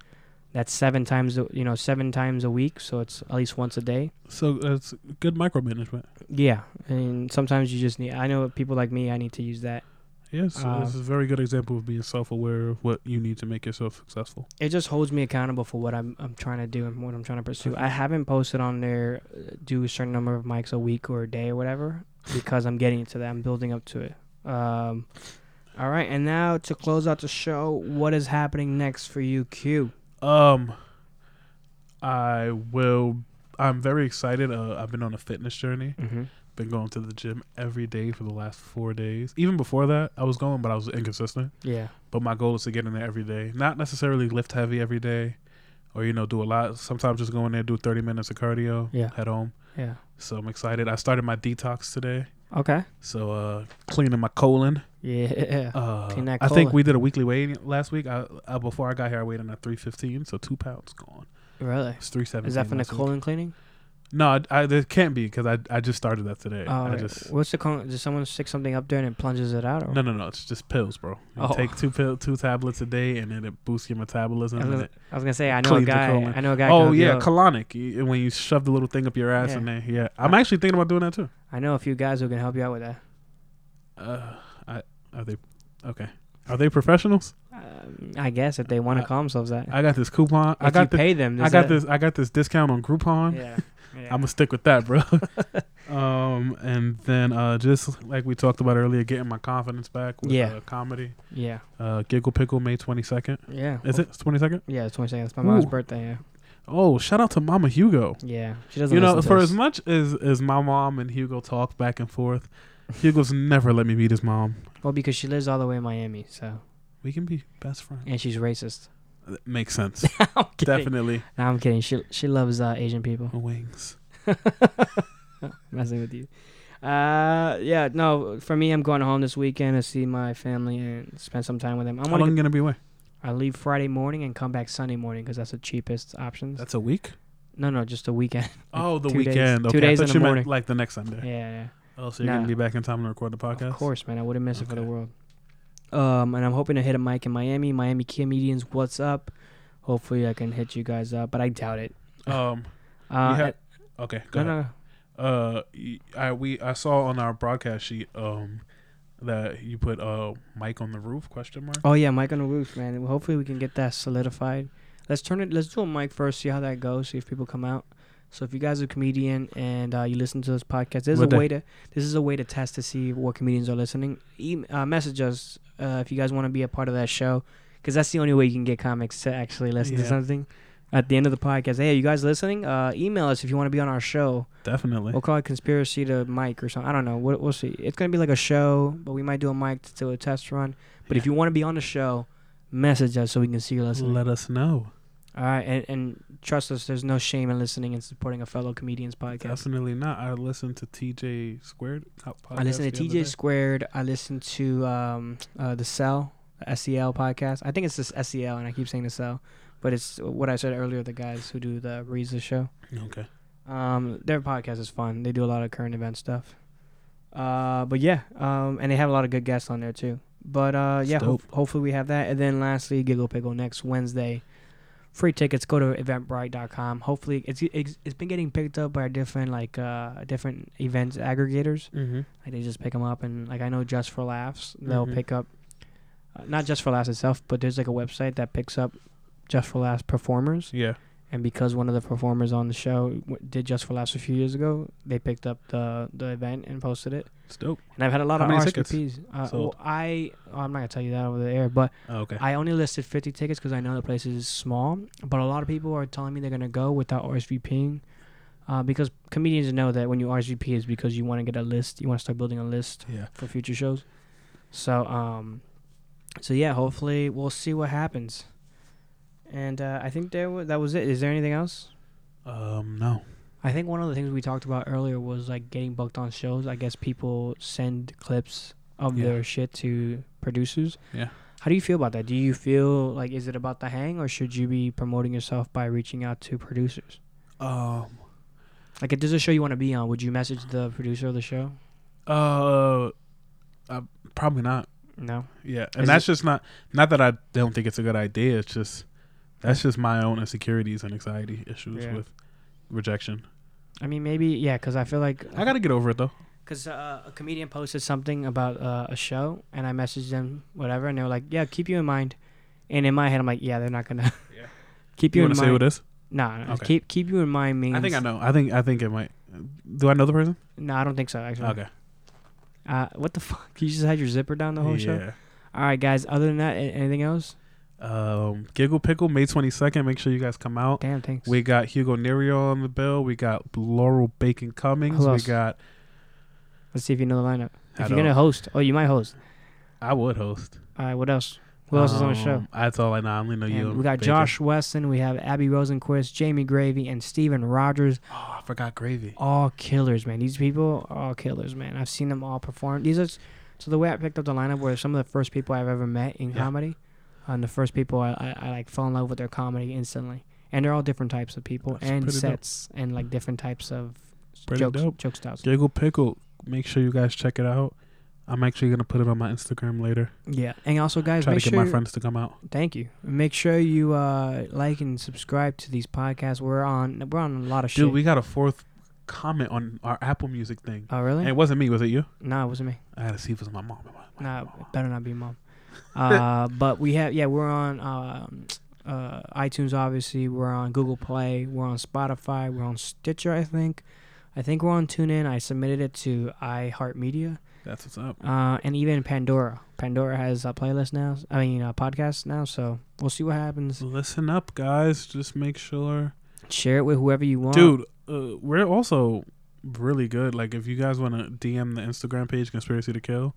That's seven times, a- you know, seven times a week, so it's at least once a day. So that's good micromanagement. Yeah, and sometimes you just need. I know people like me. I need to use that. Yes, so Um, this is a very good example of being self-aware of what you need to make yourself successful. It just holds me accountable for what I'm I'm trying to do and what I'm trying to pursue. I haven't posted on there uh, do a certain number of mics a week or a day or whatever because I'm getting to that. I'm building up to it. Um, all right, and now to close out the show, what is happening next for you, Q? Um, I will. I'm very excited. Uh, I've been on a fitness journey. Mm-hmm. Been going to the gym every day for the last four days. Even before that, I was going, but I was inconsistent. Yeah. But my goal is to get in there every day. Not necessarily lift heavy every day, or you know, do a lot. Sometimes just go in there, do 30 minutes of cardio. Yeah. Head home. Yeah. So I'm excited. I started my detox today. Okay. So uh, cleaning my colon. Yeah. Uh, Clean that I think colon. we did a weekly weight last week. I, I before I got here, I weighed in at three fifteen, so two pounds gone. really? It's three seventeen. Is that from the last week. colon cleaning? No, I, I, there can't be because I I just started that today. Oh, I right. just What's the colon? Does someone stick something up there and it plunges it out? Or? no no no. It's just pills, bro. You Oh. Take two pill two tablets a day, and then it boosts your metabolism. I and was, it, I was gonna say I know a Cleans the guy. colon. I know a guy. oh can hook you yeah, up. colonic. You, and when you shove the little thing up your ass, Yeah. and then yeah, I'm actually thinking about doing that too. I know a few guys who can help you out with that. Uh, I, are they okay? Are they professionals? Um, I guess if they want to I- call themselves that. I got this coupon. I if got you this. pay them. I there's got a- this. I got this discount on Groupon. Yeah. yeah. I'm gonna stick with that, bro. um, and then uh, just like we talked about earlier, getting my confidence back with Yeah. uh, comedy. yeah. Uh, Giggle Pickle May 22nd. Yeah. Is it It's 22nd? Yeah, it's 22nd. It's my mom's Ooh. birthday. Yeah. Oh, shout out to Mama Hugo. Yeah. She doesn't. You know, listen to for us. as much as as my mom and Hugo talk back and forth, Hugo's never let me meet his mom. well, because she lives all the way in Miami, so We can be best friends. and she's racist. That makes sense. I'm kidding. Definitely No, I'm kidding. She she loves uh, Asian people. wings. Messing with you. Uh, yeah. No, for me, I'm going home this weekend to see my family and spend some time with them. I How want long to. you gonna be away? I leave Friday morning and come back Sunday morning because that's the cheapest options. That's a week. no, no, just a weekend. Oh, the two days- weekend. two Okay, days I in thought the you meant morning. like the next Sunday. yeah. yeah. Oh, so you're Nah. gonna be back in time to record the podcast. Of course, man. I wouldn't miss it for the Okay. world. Um, and I'm hoping to hit a mic in Miami. Miami comedians, what's up? Hopefully, I can hit you guys up, but I doubt it. Um, Uh, have- okay. Go no, ahead. no. uh y- I we I saw on our broadcast sheet um that you put uh Mike on the roof question mark. Oh yeah, mic on the roof, man. Well, Hopefully, we can get that solidified. Let's turn it. Let's do a mic first. See how that goes. See if people come out. So if you guys are a comedian and uh, you listen to this podcast, there's What a day? way to this is a way to test to see what comedians are listening. E- uh, message us uh, if you guys want to be a part of that show, because that's the only way you can get comics to actually listen to Yeah. something. At the end of the podcast, hey, you guys listening? Uh, email us if you want to be on our show. Definitely. We'll call it conspiracy to Mike or something. I don't know. We'll, we'll see. It's gonna be like a show, but we might do a mic to, to a test run. But if you want to be on the show, message us so we can see you listening. Let us know. All right, and, and trust us, there's no shame in listening and supporting a fellow comedian's podcast. Definitely not. I listened to TJ Squared. Hot I listen to podcast the other TJ Squared. I listen to um, uh, the Cell the SEL podcast. I think it's this SEL, and I keep saying the Cell, but it's what I said earlier. The guys who do the reads the show. day. Okay. Um, their podcast is fun. They do a lot of current event stuff. Uh, but yeah, um, and they have a lot of good guests on there too. But uh, It's yeah, ho- dope. hopefully we have that. And then lastly, Giggle Pickle next Wednesday. Free tickets. Go to Eventbrite.com. Hopefully, it's it's it's been getting picked up by different like uh different events aggregators. Mm-hmm. Like they just pick them up and like I know Just for Laughs they'll Mhm. pick up, uh, not Just for Laughs itself, but there's like a website that picks up Just for Laughs performers. Yeah. And because one of the performers on the show w- did Just for Laughs a few years ago, they picked up the the event and posted it. It's dope. And I've had a lot How of many tickets RSVPs. Uh, well, sold? I oh, I'm not gonna tell you that over the air, but Oh, okay. I only listed 50 tickets because I know the place is small. But a lot of people are telling me they're gonna go without RSVPing, uh, because comedians know that when you RSVP is because you want to get a list, you want to start building a list yeah. for future shows. So um, so yeah, hopefully we'll see what happens. And uh, I think there wa that was it. Is there anything else? Um. No. I think one of the things we talked about earlier was like getting booked on shows. I guess people send clips of Yeah. their shit to producers. Yeah. How do you feel about that? Do you feel like is it about the hang or should you be promoting yourself by reaching out to producers? Um, Like if there's a show you want to be on, would you message the producer of the show? uh, uh, probably not. No. Yeah, and Is that's just not not that I don't think it's a good idea. It's just that's just my own insecurities and anxiety issues Yeah. with rejection. I mean maybe yeah, because I feel like I gotta get over it though. Because uh, a comedian posted something about uh, a show, and I messaged them, whatever, and they were like, "Yeah, keep you in mind." And in my head, I'm like, "Yeah, they're not gonna Yeah. keep You, you, want in to say who mind." it is? Nah, no, Okay. keep keep you in mind means. I think I know. I think I think it might. Do I know the person? No, I don't think so. Actually. Okay. Uh, what the fuck? You just had your zipper down the whole show. yeah. All right, guys. Other than that, a- anything else? Um, Giggle Pickle May twenty second. Make sure you guys come out. Damn, thanks. We got Hugo Nerio on the bill. We got Laurel Bacon Cummings. Who We else? got. Let's see if you know the lineup. I If you're don't- gonna host, oh, you might host. I would host. All right, what else? Who else is on the show? Um, That's all I know. I only know Um, you. And and we got Bacon. Josh Weston. We have Abby Rosenquist, Jamie Gravy, and Steven Rogers. Oh, I forgot Gravy. all killers, man. These people are all killers, man. I've seen them all perform. These are so the way I picked up the lineup were some of the first people I've ever met in Yeah. comedy, and the first people I, I, I like fell in love with their comedy instantly. And they're all different types of people That's and pretty dope. sets and like different types of Pretty jokes, dope. joke styles. Giggle Pickle. Make sure you guys check it out. I'm actually gonna put it on my Instagram later. Yeah, and also guys, Try to make get sure my friends to come out. thank you. Make sure you uh, like and subscribe to these podcasts. We're on we're on a lot of Dude, shit. we got a fourth comment on our Apple Music thing. oh really? And it wasn't me, was it you? no, it wasn't me. I had to see if it was my mom. or my- my Nah, mom. better not be mom. Uh, but we have yeah, we're on um, uh, iTunes obviously. We're on Google Play. We're on Spotify. We're on Stitcher, I think. I think we're on TuneIn. I submitted it to iHeartMedia That's what's up. uh, and even Pandora. Pandora has a playlist now. I mean, a podcast now. So we'll see what happens. Listen up, guys. Just make sure. Share it with whoever you want, dude uh, we're also really good like if you guys want to dm the instagram page conspiracy to kill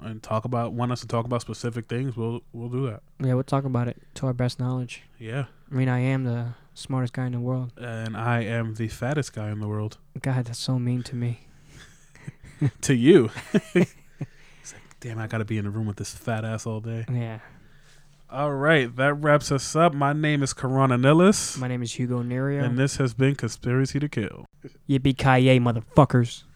and talk about want us to talk about specific things we'll we'll do that Yeah, we'll talk about it to our best knowledge. yeah I mean, I am the smartest guy in the world. and i am the fattest guy in the world God, that's so mean to me. to you it's like damn i gotta be in a room with this fat ass all day Yeah. all right that wraps us up my name is Karana Nillis, My name is Hugo Nerio. and this has been conspiracy to kill Yippee ki yay, motherfuckers.